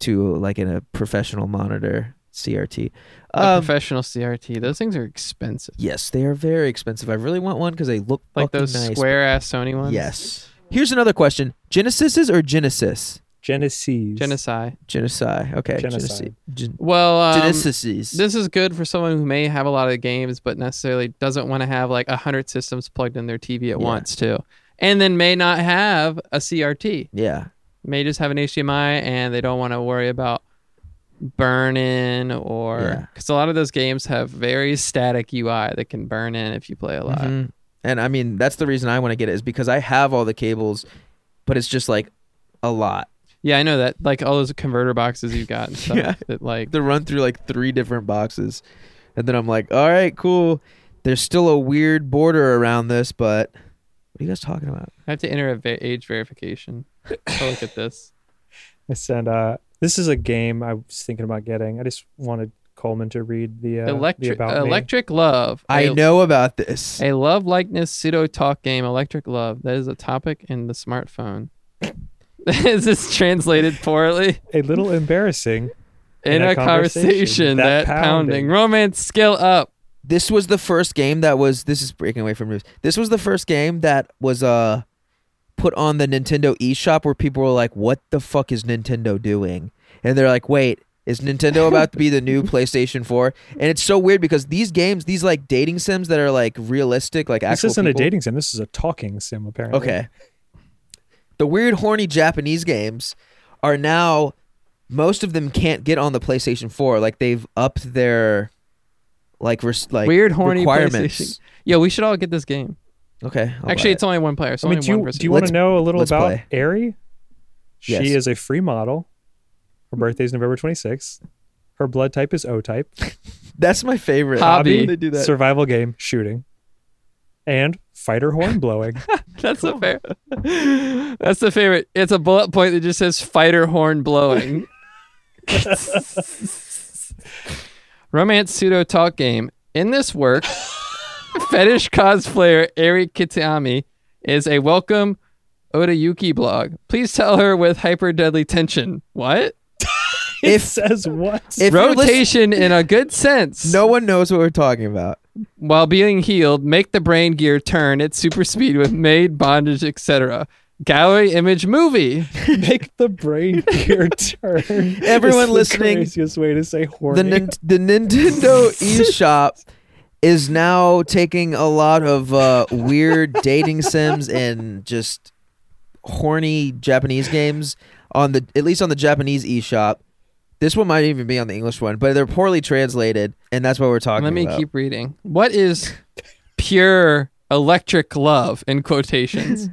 Speaker 1: to like in a professional monitor. CRT.
Speaker 2: A
Speaker 1: Um,
Speaker 2: professional CRT. Those things are expensive.
Speaker 1: yes, they are very expensive. I really want one because they look
Speaker 2: Like
Speaker 1: fucking
Speaker 2: those
Speaker 1: nice.
Speaker 2: square ass Sony ones.
Speaker 1: Yes. Here's another question: Genesises or Genesis?
Speaker 3: Genesis.
Speaker 2: Genesee.
Speaker 1: Genesi. Okay.
Speaker 3: Genesi.
Speaker 1: Genesi. Gen-
Speaker 2: Well, um,
Speaker 1: Genesises.
Speaker 2: This is good for someone who may have a lot of games, but necessarily doesn't want to have like a hundred systems plugged in their TV at
Speaker 1: Yeah.
Speaker 2: once too, and then may not have a CRT.
Speaker 1: yeah.
Speaker 2: May just have an HDMI, and they don't want to worry about burn-in
Speaker 1: Yeah.
Speaker 2: or because a lot of those games have very static UI that can burn in if you play a lot.
Speaker 1: Mhm. And I mean, that's the reason I want to get it is because I have all the cables, but it's just like a lot.
Speaker 2: Yeah, I know that. Like all those converter boxes you've got and stuff
Speaker 1: Yeah.
Speaker 2: that like
Speaker 1: To run through like three different boxes, and then I'm like, all right, cool. There's still a weird border around this, but what are you guys talking about?
Speaker 2: I have to enter a va- age verification. I'll look at this.
Speaker 3: I said, uh, this is a game I was thinking about getting. I just wanted Coleman to read the, uh, the
Speaker 2: electric
Speaker 3: about me.
Speaker 2: Electric Love.
Speaker 1: I
Speaker 2: a-
Speaker 1: know about this.
Speaker 2: A love likeness pseudo talk game, Electric Love. That is a topic in the smartphone. is this translated poorly?
Speaker 3: A little embarrassing.
Speaker 2: In, a, conversation, that, pounding. Romance skill up.
Speaker 1: This was the first game that was. This is breaking away from news. This was the first game that was uh put on the Nintendo eShop where people were like, "What the fuck is Nintendo doing?" And they're like, "Wait, is Nintendo about to be the new PlayStation 4?" And it's so weird because these games, these like dating sims that are like realistic, like
Speaker 3: This
Speaker 1: actual
Speaker 3: isn't
Speaker 1: people-
Speaker 3: a dating sim. This is a talking sim, apparently.
Speaker 1: Okay. The weird, horny Japanese games are now most of them can't get on the PlayStation 4. Like they've upped their like res- like
Speaker 2: Weird, horny
Speaker 1: requirements.
Speaker 2: Yo, we should all get this game.
Speaker 1: Okay. I'll
Speaker 2: Actually,
Speaker 1: buy
Speaker 2: it's only one player. It's
Speaker 3: I mean,
Speaker 2: only
Speaker 3: do
Speaker 2: one
Speaker 3: you,
Speaker 2: person.
Speaker 3: do you want
Speaker 1: Let's-
Speaker 3: to know a little
Speaker 1: let's
Speaker 3: about
Speaker 1: play.
Speaker 3: Ari? She
Speaker 1: Yes.
Speaker 3: is a free model. Her birthday's November 26th. Her blood type is O type.
Speaker 1: it. that's my favorite.
Speaker 2: Hobby.
Speaker 1: They do that.
Speaker 3: Survival game, shooting. And fighter horn blowing.
Speaker 2: That's a fair. That's the favorite. It's a bullet point that just says fighter horn blowing. Romance pseudo talk game. In this work, fetish cosplayer Eri Kitami is a welcome Odayuki blog. Please tell her with hyper deadly tension. What?
Speaker 3: it
Speaker 1: If-
Speaker 3: says what?
Speaker 1: If you're lis-
Speaker 2: Rotation in a good sense.
Speaker 1: no one knows what we're talking about.
Speaker 2: While being healed, make the brain gear turn at super speed with maid bondage, etc. Gallery image movie.
Speaker 3: Make the brain gear turn.
Speaker 1: Everyone
Speaker 3: It's the
Speaker 1: listening,
Speaker 3: Craziest way to say horny.
Speaker 1: The nin- the Nintendo eShop is now taking a lot of uh, weird dating sims and just horny Japanese games on the at least on the Japanese eShop. This one might even be on the English one, but they're poorly translated, and that's what we're talking
Speaker 2: Let me
Speaker 1: about.
Speaker 2: keep reading. What is pure electric love in quotations?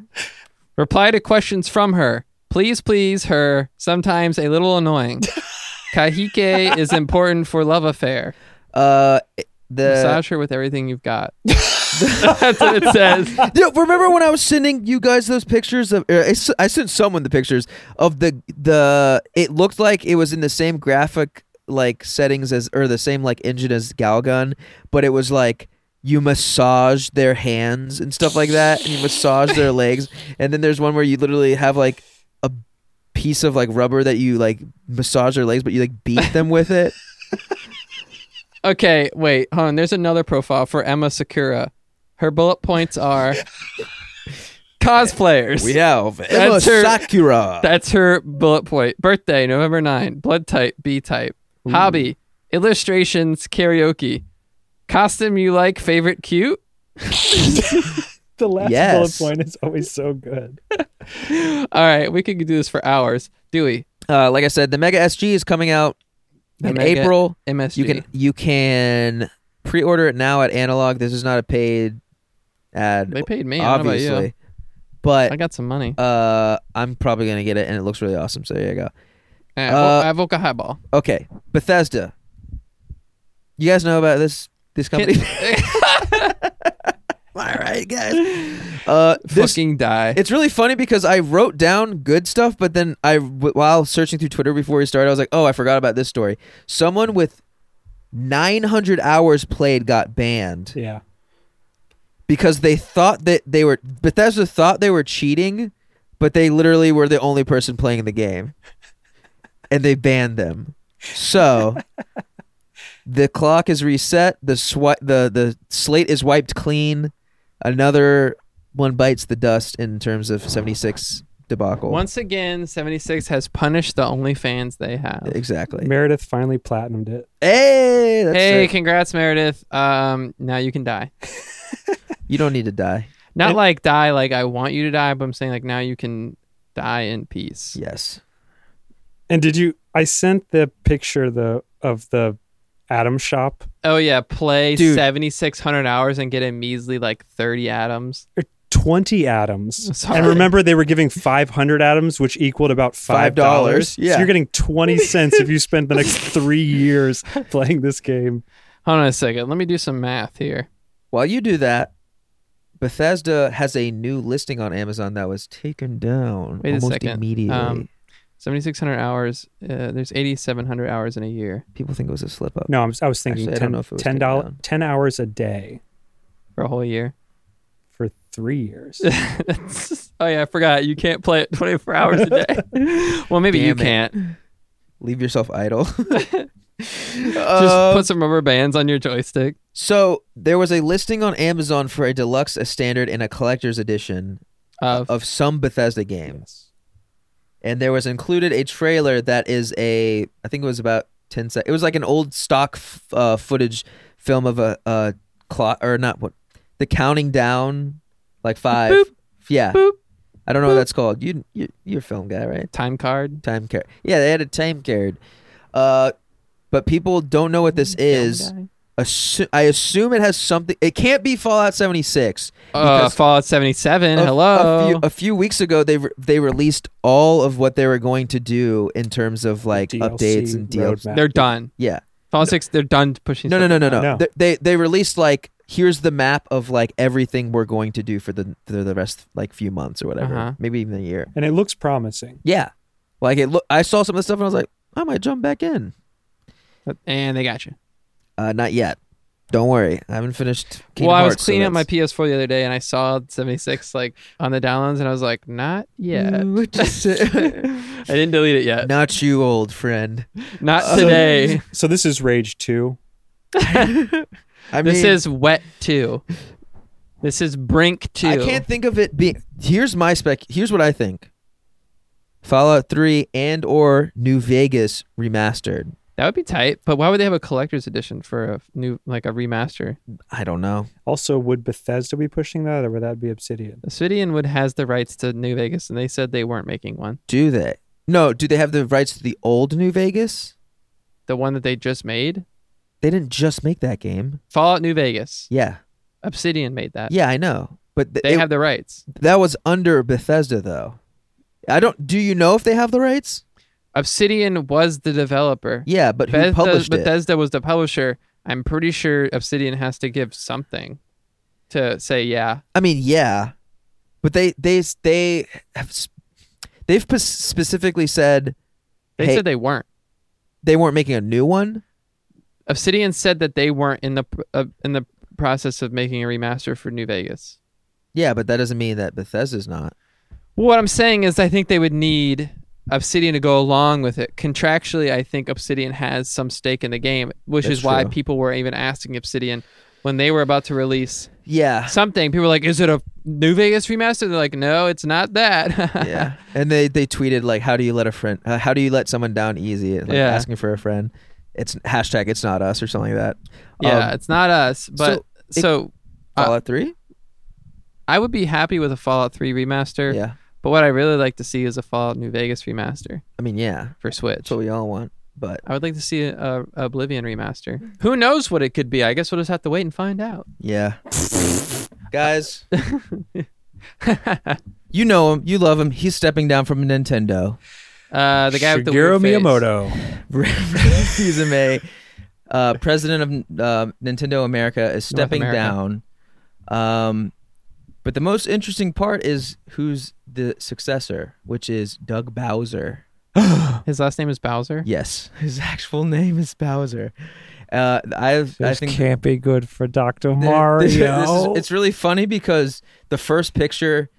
Speaker 2: Reply to questions from her. Please please her, sometimes a little annoying. Kahike is important for love affair.
Speaker 1: uh, the
Speaker 2: Massage her with everything you've got. That's what it says.
Speaker 1: you know, remember when I was sending you guys those pictures of er, I s- I sent someone the pictures of the the it looked like it was in the same graphic like settings as or the same like engine as Galgun, but it was like you massage their hands and stuff like that, and you massage their legs, and then there's one where you literally have like a piece of like rubber that you like massage their legs, but you like beat them with it.
Speaker 2: Okay, wait, hold on. There's another profile for Emma Sakura. Her bullet points are cosplayers.
Speaker 1: We have Emma
Speaker 2: That's her-
Speaker 1: Sakura.
Speaker 2: That's her bullet point. Birthday, November 9. Blood type, B type. Hobby, illustrations, karaoke. Costume you like, favorite cute.
Speaker 3: the last
Speaker 1: Yes.
Speaker 3: bullet point is always so good.
Speaker 2: All right, we could do this for hours. Dewey,
Speaker 1: Uh, like I said, the Mega SG is coming out
Speaker 2: The
Speaker 1: in
Speaker 2: Mega
Speaker 1: April.
Speaker 2: MSG.
Speaker 1: You can you can pre-order it now at Analog. This is not a paid ad,
Speaker 2: they paid me. I don't know about you.
Speaker 1: obviously,
Speaker 2: I
Speaker 1: but
Speaker 2: got some money.
Speaker 1: uh, I'm probably gonna get it, and it looks really awesome. So there you go.
Speaker 2: Yeah, well,
Speaker 1: uh,
Speaker 2: I have Oka Highball.
Speaker 1: Okay, Bethesda. You guys know about this this company? All right, guys. Uh, this
Speaker 2: Fucking die.
Speaker 1: it's really funny because I wrote down good stuff, but then I, w- while searching through Twitter before we started, I was like, oh, I forgot about this story. Someone with 900 hours played got banned
Speaker 3: Yeah.
Speaker 1: because they thought that they were Bethesda thought they were cheating, but they literally were the only person playing the game, and they banned them. So The clock is reset. The swi- the the slate is wiped clean. Another one bites the dust in terms of 76 debacle.
Speaker 2: Once again, 76 has punished the only fans they have.
Speaker 1: exactly.
Speaker 3: Meredith finally platinumed it.
Speaker 1: Hey, that's
Speaker 2: hey,
Speaker 1: it.
Speaker 2: congrats, Meredith. Um, now you can die.
Speaker 1: you don't need to die.
Speaker 2: Not
Speaker 3: And-
Speaker 2: like die, like I want you to die, but I'm saying like now you can die in peace.
Speaker 1: Yes.
Speaker 3: And did you? I sent the picture the of the Atom Shop.
Speaker 2: Oh yeah, play
Speaker 1: Dude.
Speaker 2: 7,600 hours and get a measly like 30 atoms.
Speaker 3: Twenty atoms,
Speaker 2: Sorry.
Speaker 3: and remember they were giving five hundred atoms, which equaled about five
Speaker 1: $5,
Speaker 3: dollars.
Speaker 1: yeah.
Speaker 3: so you're getting twenty cents if you spend the next three years playing this game.
Speaker 2: Hold on a second. Let me do some math here.
Speaker 1: While you do that, Bethesda has a new listing on Amazon that was taken down
Speaker 2: Wait a
Speaker 1: almost
Speaker 2: second.
Speaker 1: immediately.
Speaker 2: Um, 7,600 hours. Uh, there's 8,700 hours in a year
Speaker 1: People think it was a slip up.
Speaker 3: No, I'm, I was thinking
Speaker 1: Actually, I don't know if it was
Speaker 3: ten
Speaker 1: taken
Speaker 3: dollars,
Speaker 1: down.
Speaker 3: ten hours a day
Speaker 2: for a whole year.
Speaker 3: for three years.
Speaker 2: oh yeah, I forgot. You can't play it 24 hours a day. well, maybe you
Speaker 1: Damn it.
Speaker 2: can't.
Speaker 1: Leave yourself idle.
Speaker 2: Just
Speaker 1: Um,
Speaker 2: put some rubber bands on your joystick.
Speaker 1: So there was a listing on Amazon for a deluxe, a standard, and a collector's edition
Speaker 2: Of
Speaker 1: of some Bethesda game,
Speaker 3: Yes.
Speaker 1: and there was included a trailer that is a, I think it was about ten seconds. It was like an old stock f- uh, footage film of a, a clock or not what the counting down, like five.
Speaker 2: Boop.
Speaker 1: yeah,
Speaker 2: Boop.
Speaker 1: I don't know what
Speaker 2: Boop.
Speaker 1: that's called. You, you you're a film guy, right?
Speaker 2: time card.
Speaker 1: Time card. Yeah, they had a time card. Uh, but people don't know what this is. assu- I assume it has something. It can't be Fallout 76.
Speaker 2: Uh,
Speaker 1: because
Speaker 2: Fallout 77.
Speaker 1: a-
Speaker 2: hello.
Speaker 1: A few, oh, a few weeks ago, they re- they released all of what they were going to do in terms of like updates and deals.
Speaker 3: roadmap.
Speaker 2: they're done.
Speaker 1: Yeah.
Speaker 2: Fallout 6. They're done pushing.
Speaker 1: No, no,
Speaker 2: stuff.
Speaker 1: no, no, no.
Speaker 3: No.
Speaker 1: They, they they released like here's the map of like everything we're going to do for the for the rest like few months or whatever,
Speaker 2: Uh-huh.
Speaker 1: maybe even a year.
Speaker 3: and it looks promising.
Speaker 1: Yeah. Like it. Look, I saw some of the stuff and I was like, I might jump back in.
Speaker 2: And they got you.
Speaker 1: Uh, not yet. Don't worry, I haven't finished. Kingdom
Speaker 2: well, I was
Speaker 1: Hearts, so
Speaker 2: cleaning up my
Speaker 1: that's-
Speaker 2: PS4 the other day and I saw 76 like on the downloads and I was like, not yet.
Speaker 1: What you say?
Speaker 2: I didn't delete it yet.
Speaker 1: Not you, old friend.
Speaker 2: Not
Speaker 1: Uh,
Speaker 2: today.
Speaker 3: So this is Rage Two.
Speaker 1: I mean,
Speaker 2: this is Wet 2. This is Brink 2.
Speaker 1: I can't think of it being. Here's my spec. Here's what I think. Fallout Three and or New Vegas remastered.
Speaker 2: That would be tight, but why would they have a collector's edition for a new, like a remaster?
Speaker 1: I don't know.
Speaker 3: Also, would Bethesda be pushing that, or would that be Obsidian?
Speaker 2: Obsidian would has the rights to New Vegas, and they said they weren't making one.
Speaker 1: Do they? No. Do they have the rights to the old New Vegas?
Speaker 2: The one that they just made,
Speaker 1: They didn't just make that game.
Speaker 2: Fallout New Vegas,
Speaker 1: Yeah.
Speaker 2: Obsidian made that.
Speaker 1: Yeah, I know. But th-
Speaker 2: they
Speaker 1: it-
Speaker 2: have the rights.
Speaker 1: that was under Bethesda though. I don't. Do you know if they have the rights?
Speaker 2: Obsidian was the developer.
Speaker 1: Yeah, but who
Speaker 2: Bethesda,
Speaker 1: published it?
Speaker 2: Bethesda was the publisher. I'm pretty sure Obsidian has to give something to say, yeah,
Speaker 1: I mean, yeah, but they they they have s- they've pos- specifically said
Speaker 2: they
Speaker 1: Hey.
Speaker 2: said they weren't.
Speaker 1: they weren't making a new one.
Speaker 2: Obsidian said that they weren't in the pr- uh, in the process of making a remaster for New Vegas.
Speaker 1: Yeah, but that doesn't mean that Bethesda's not.
Speaker 2: What I'm saying is, I think they would need Obsidian to go along with it. Contractually, I think Obsidian has some stake in the game, which
Speaker 1: That's
Speaker 2: is why
Speaker 1: true.
Speaker 2: people were even asking Obsidian when they were about to release
Speaker 1: Yeah,
Speaker 2: something. People were like, "Is it a New Vegas remaster?" They're like, "No, it's not that."
Speaker 1: yeah. And they they tweeted like, "How do you let a friend? Uh, how do you let someone down easy?" Like,
Speaker 2: Yeah.
Speaker 1: asking for a friend. It's hashtag It's not us or something like that.
Speaker 2: Yeah,
Speaker 1: Um,
Speaker 2: it's not us. But
Speaker 1: it-
Speaker 2: so, uh,
Speaker 1: Fallout Three.
Speaker 2: I would be happy with a Fallout 3 remaster.
Speaker 1: Yeah,
Speaker 2: But what I really like to see is a Fallout New Vegas remaster
Speaker 1: I mean, yeah,
Speaker 2: for
Speaker 1: that's
Speaker 2: Switch.
Speaker 1: what we all want. But
Speaker 2: I would like to see a, a Oblivion remaster. Who knows what it could be? I guess we'll just have to wait and find out.
Speaker 1: yeah, guys, you know him, you love him. He's stepping down from Nintendo.
Speaker 2: Uh, the guy with the
Speaker 3: Shigeru
Speaker 2: weird face.
Speaker 3: Miyamoto.
Speaker 1: Suzume, uh, president of uh, Nintendo America, is stepping
Speaker 2: America.
Speaker 1: down. Um, but the most interesting part is who's the successor, which is Doug Bowser.
Speaker 2: His last name is Bowser.
Speaker 1: Yes, his actual name is Bowser. Uh, I I
Speaker 3: This
Speaker 1: think
Speaker 3: can't be good for Doctor
Speaker 1: th-
Speaker 3: Mario.
Speaker 1: th- this is- it's really funny because the first picture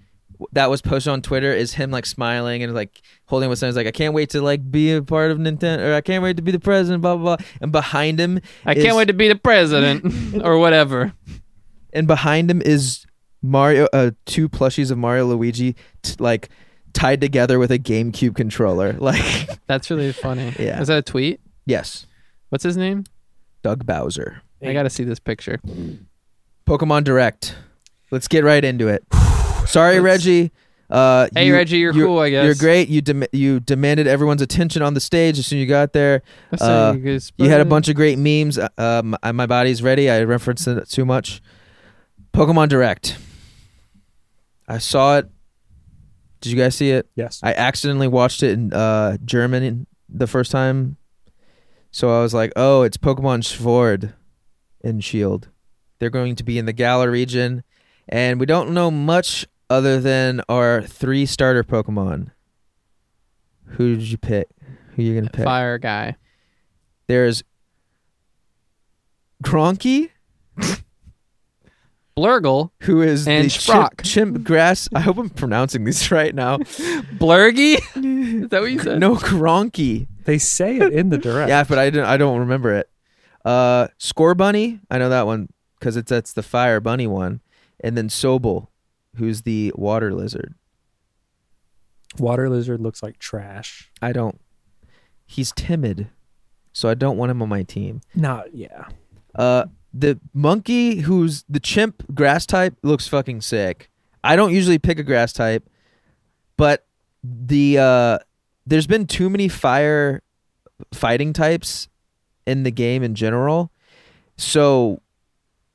Speaker 1: that was posted on Twitter is him like smiling and like holding what's like I can't wait to like be a part of Nintendo or I can't wait to be the president blah blah blah and behind him
Speaker 2: I
Speaker 1: is-
Speaker 2: can't wait to be the president or whatever.
Speaker 1: and behind him is Mario uh two plushies of Mario Luigi t- like tied together with a GameCube controller like
Speaker 2: That's really funny.
Speaker 1: Yeah.
Speaker 2: Is that a tweet?
Speaker 1: yes
Speaker 2: What's his name?
Speaker 1: Doug Bowser
Speaker 2: I got to see this picture.
Speaker 1: Pokemon Direct let's get right into it sorry
Speaker 2: Let's-
Speaker 1: Reggie uh
Speaker 2: Hey,
Speaker 1: you-
Speaker 2: Reggie, you're, cool, I guess.
Speaker 1: You're great. You dem- you demanded everyone's attention on the stage as soon as you got there.
Speaker 2: That's
Speaker 1: Uh,
Speaker 2: how you guys
Speaker 1: You had a
Speaker 2: put it.
Speaker 1: bunch of great memes. Uh, Um, I- my body's ready. I referenced it too much. Pokemon Direct. I saw it. Did you guys see it?
Speaker 3: Yes.
Speaker 1: I accidentally watched it in uh, German in- the first time, so I was like, "Oh, it's Pokemon Sword and Shield." They're going to be in the Galar region, and we don't know much other than our three starter Pokemon. Who did you pick? Who you gonna pick?
Speaker 2: fire guy.
Speaker 1: There's Gronky,
Speaker 2: Blurgle.
Speaker 1: who is
Speaker 2: And
Speaker 1: the chimp,
Speaker 2: Sprock.
Speaker 1: chimp grass. I hope I'm pronouncing these right now.
Speaker 2: Blurgy? Is that what you said?
Speaker 1: no, Gronky.
Speaker 3: They say it in the direct.
Speaker 1: Yeah, but I don't. I don't remember it. Uh, Score Bunny. I know that one because it's that's the fire bunny one, and then Sobel, who's the water lizard.
Speaker 3: Water lizard looks like trash.
Speaker 1: I don't. He's timid, so I don't want him on my team.
Speaker 3: Not yeah.
Speaker 1: Uh, the monkey who's the chimp grass type looks fucking sick. I don't usually pick a grass type, but the uh, there's been too many fire fighting types in the game in general. So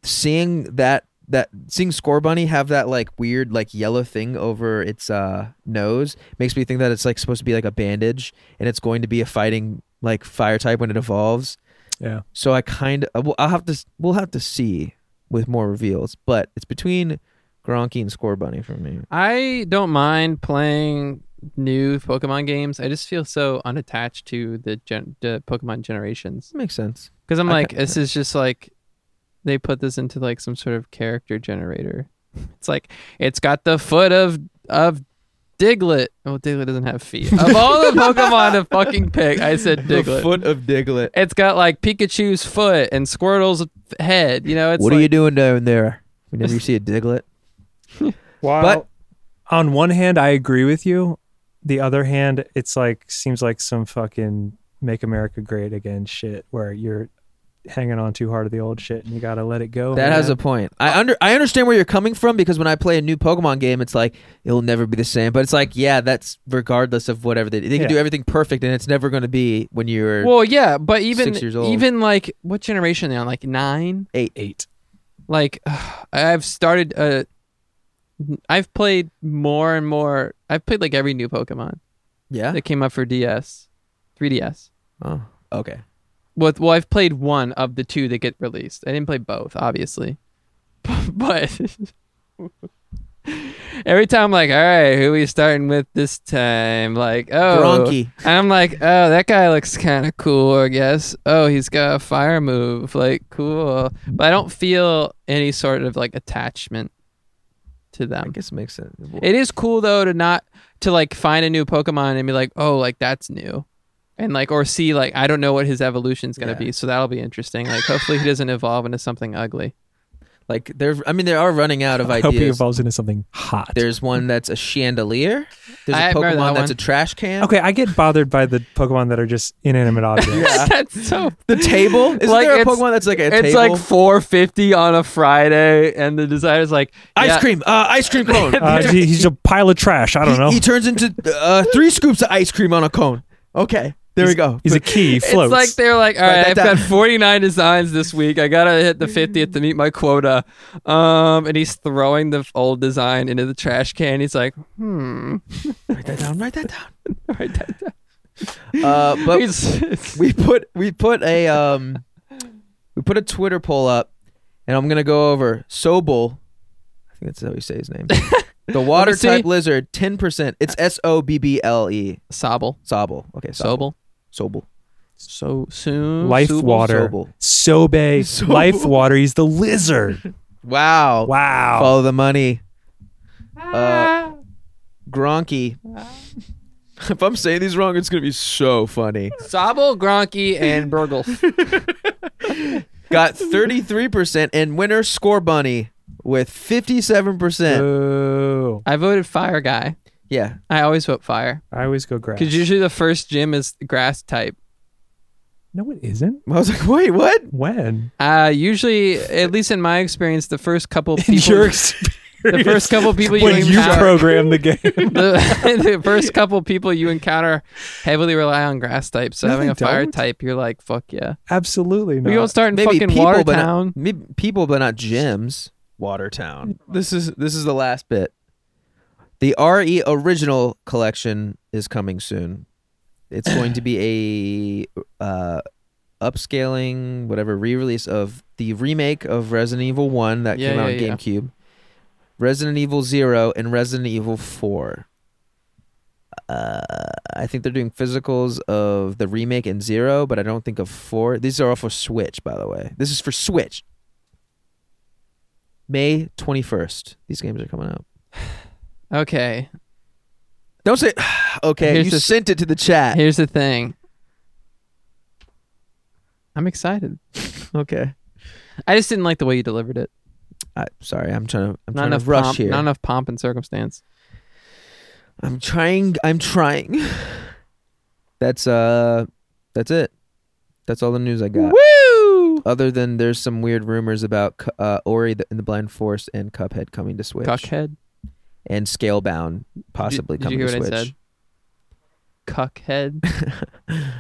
Speaker 1: seeing that that seeing Score Bunny have that like weird like yellow thing over its uh nose makes me think that it's like supposed to be like a bandage and it's going to be a fighting like fire type when it evolves.
Speaker 3: Yeah.
Speaker 1: So I kind of well, I'll have to we'll have to see with more reveals, but it's between Gronky and Score Bunny for me.
Speaker 2: I don't mind playing new Pokemon games. I just feel so unattached to the, gen- the Pokemon generations
Speaker 1: That makes sense.
Speaker 2: because I'm
Speaker 1: I
Speaker 2: like,
Speaker 1: ca-
Speaker 2: this is just like they put this into like some sort of character generator. It's like it's got the foot of of Diglett. Oh, Diglett doesn't have feet. Of all the Pokemon to fucking pick, I said Diglett.
Speaker 1: foot of Diglett.
Speaker 2: It's got like Pikachu's foot and Squirtle's head. You know, it's
Speaker 1: what
Speaker 2: like,
Speaker 1: are you doing down there? Whenever you see a Diglett,
Speaker 3: While
Speaker 1: But-
Speaker 3: on one hand I agree with you, the other hand it's like seems like some fucking make America great again shit where you're hanging on too hard to the old shit and you got to let it go.
Speaker 1: that has a
Speaker 3: man.
Speaker 1: point. I under I understand where you're coming from because when I play a new Pokemon game, it's like it'll never be the same. But it's like yeah, that's regardless of whatever they they can
Speaker 3: Yeah.
Speaker 1: do everything perfect, and it's never going to be when you're
Speaker 2: Well, yeah, but even
Speaker 1: six years old.
Speaker 2: even like what generation are they on? Like nine.
Speaker 3: eight.
Speaker 2: Like I've started. Uh, I've played more and more. I've played like every new Pokemon
Speaker 1: yeah.
Speaker 2: that came up for DS, 3DS.
Speaker 1: Oh, okay.
Speaker 2: With well, I've played one of the two that get released. I didn't play both, obviously, but every time, like, all right, who we starting with this time? Like, oh,
Speaker 1: Gronky.
Speaker 2: I'm like, oh, that guy looks kind of cool, I guess. Oh, he's got a fire move. Like, cool. But I don't feel any sort of like attachment to
Speaker 1: I
Speaker 2: them.
Speaker 1: guess it makes sense.
Speaker 2: It is cool though to not to like find a new Pokemon and be like, oh, like that's new. And like or see like I don't know what his evolution's gonna
Speaker 1: Yeah.
Speaker 2: be, so that'll be interesting. Like hopefully he doesn't evolve into something ugly.
Speaker 1: Like they're I mean they are running out of
Speaker 3: I hope he
Speaker 1: ideas.
Speaker 3: evolves into something hot.
Speaker 1: There's one that's a chandelier. There's
Speaker 2: I
Speaker 1: a
Speaker 2: remember
Speaker 1: Pokemon
Speaker 2: that
Speaker 1: that's
Speaker 2: one.
Speaker 1: a trash can.
Speaker 3: Okay, I get bothered by the Pokemon that are just inanimate objects.
Speaker 2: that's so
Speaker 1: The table? Is
Speaker 2: Like,
Speaker 1: there a
Speaker 2: it's-
Speaker 1: Pokemon that's like a
Speaker 2: it's
Speaker 1: table?
Speaker 2: like four fifty on a Friday and the designer's like
Speaker 1: ice
Speaker 2: yeah,
Speaker 1: cream. Uh, ice cream cone.
Speaker 3: Uh, he- he's a pile of trash. I don't know.
Speaker 1: He, he turns into uh, three scoops of ice cream on a cone. Okay. There we
Speaker 3: He's-
Speaker 1: go.
Speaker 3: He's a key. He floats.
Speaker 2: It's like they're like, all
Speaker 1: Write
Speaker 2: right,
Speaker 1: that down.
Speaker 2: I've got 49 designs this week. I gotta hit the 50th to meet my quota. Um, and he's throwing the old design into the trash can. He's like, hmm.
Speaker 1: write that down. Write that down.
Speaker 2: Write that down.
Speaker 1: Uh, but
Speaker 2: He's- it's-
Speaker 1: we put we put a um we put a Twitter poll up and I'm gonna go over Sobel. I think that's how you say his name. The water type
Speaker 2: see. Uh,
Speaker 1: lizard, ten percent. It's S O B B L E.
Speaker 2: Sobble.
Speaker 1: Sobble. Okay, Sobble.
Speaker 2: Sobble.
Speaker 1: Sobel.
Speaker 2: So soon.
Speaker 3: life
Speaker 2: Sobble.
Speaker 3: water.
Speaker 1: Sobel.
Speaker 3: Sobe.
Speaker 1: Sobe.
Speaker 3: Life water. He's the lizard.
Speaker 1: Wow.
Speaker 3: Wow.
Speaker 2: Ah.
Speaker 1: Follow the money. Uh, Gronky. if I'm saying these wrong, it's gonna be so funny.
Speaker 2: Sobble, Gronky, and Burgle.
Speaker 1: Got 33% and winner Score Bunny with 57%.
Speaker 3: Oh,
Speaker 2: I voted Fire Guy.
Speaker 1: yeah,
Speaker 2: I always vote Fire
Speaker 3: I always go grass.
Speaker 2: because usually the first gym is grass type.
Speaker 3: No, it isn't.
Speaker 1: I was like, wait, what?
Speaker 3: When?
Speaker 2: Uh, usually, at least in my experience, the first couple people,
Speaker 3: experience,
Speaker 2: the first couple people you
Speaker 3: when you
Speaker 2: encounter,
Speaker 3: program the game,
Speaker 2: the, the first couple people you encounter heavily rely on grass types. So
Speaker 3: No,
Speaker 2: having
Speaker 3: they
Speaker 2: a fire
Speaker 3: don't.
Speaker 2: type, you're like, fuck yeah.
Speaker 3: absolutely
Speaker 2: We don't
Speaker 3: not.
Speaker 2: start in
Speaker 1: Maybe
Speaker 2: fucking
Speaker 1: people, but uh,
Speaker 2: Watertown.
Speaker 1: not, maybe people, but not gyms. Watertown. This is this is the last bit. The RE original collection is coming soon. It's going to be a uh, upscaling, whatever re-release of the remake of Resident Evil One that
Speaker 2: Yeah,
Speaker 1: came out
Speaker 2: yeah,
Speaker 1: on
Speaker 2: yeah.
Speaker 1: GameCube, Resident Evil Zero, and Resident Evil Four. Uh, I think they're doing physicals of the remake and Zero, but I don't think of Four. These are all for Switch, by the way. This is for Switch. May twenty first. These games are coming out.
Speaker 2: Okay,
Speaker 1: Don't say okay.
Speaker 2: Here's
Speaker 1: you
Speaker 2: the-
Speaker 1: sent it to the chat.
Speaker 2: here's the thing. I'm excited.
Speaker 1: Okay.
Speaker 2: I just didn't like the way you delivered it.
Speaker 1: I, sorry, I'm trying to. I'm
Speaker 2: Not
Speaker 1: trying
Speaker 2: enough
Speaker 1: to rush
Speaker 2: pomp,
Speaker 1: here.
Speaker 2: Not enough pomp and circumstance.
Speaker 1: I'm trying. I'm trying. That's uh, that's it. That's all the news I got.
Speaker 2: Woo!
Speaker 1: Other than there's some weird rumors about Cu- uh, Ori the, in the Blind Forest and Cuphead coming to Switch
Speaker 2: Cuckhead.
Speaker 1: and Scalebound possibly
Speaker 2: did you
Speaker 1: coming
Speaker 2: hear
Speaker 1: to
Speaker 2: what I
Speaker 1: Switch.
Speaker 2: said? Cuckhead.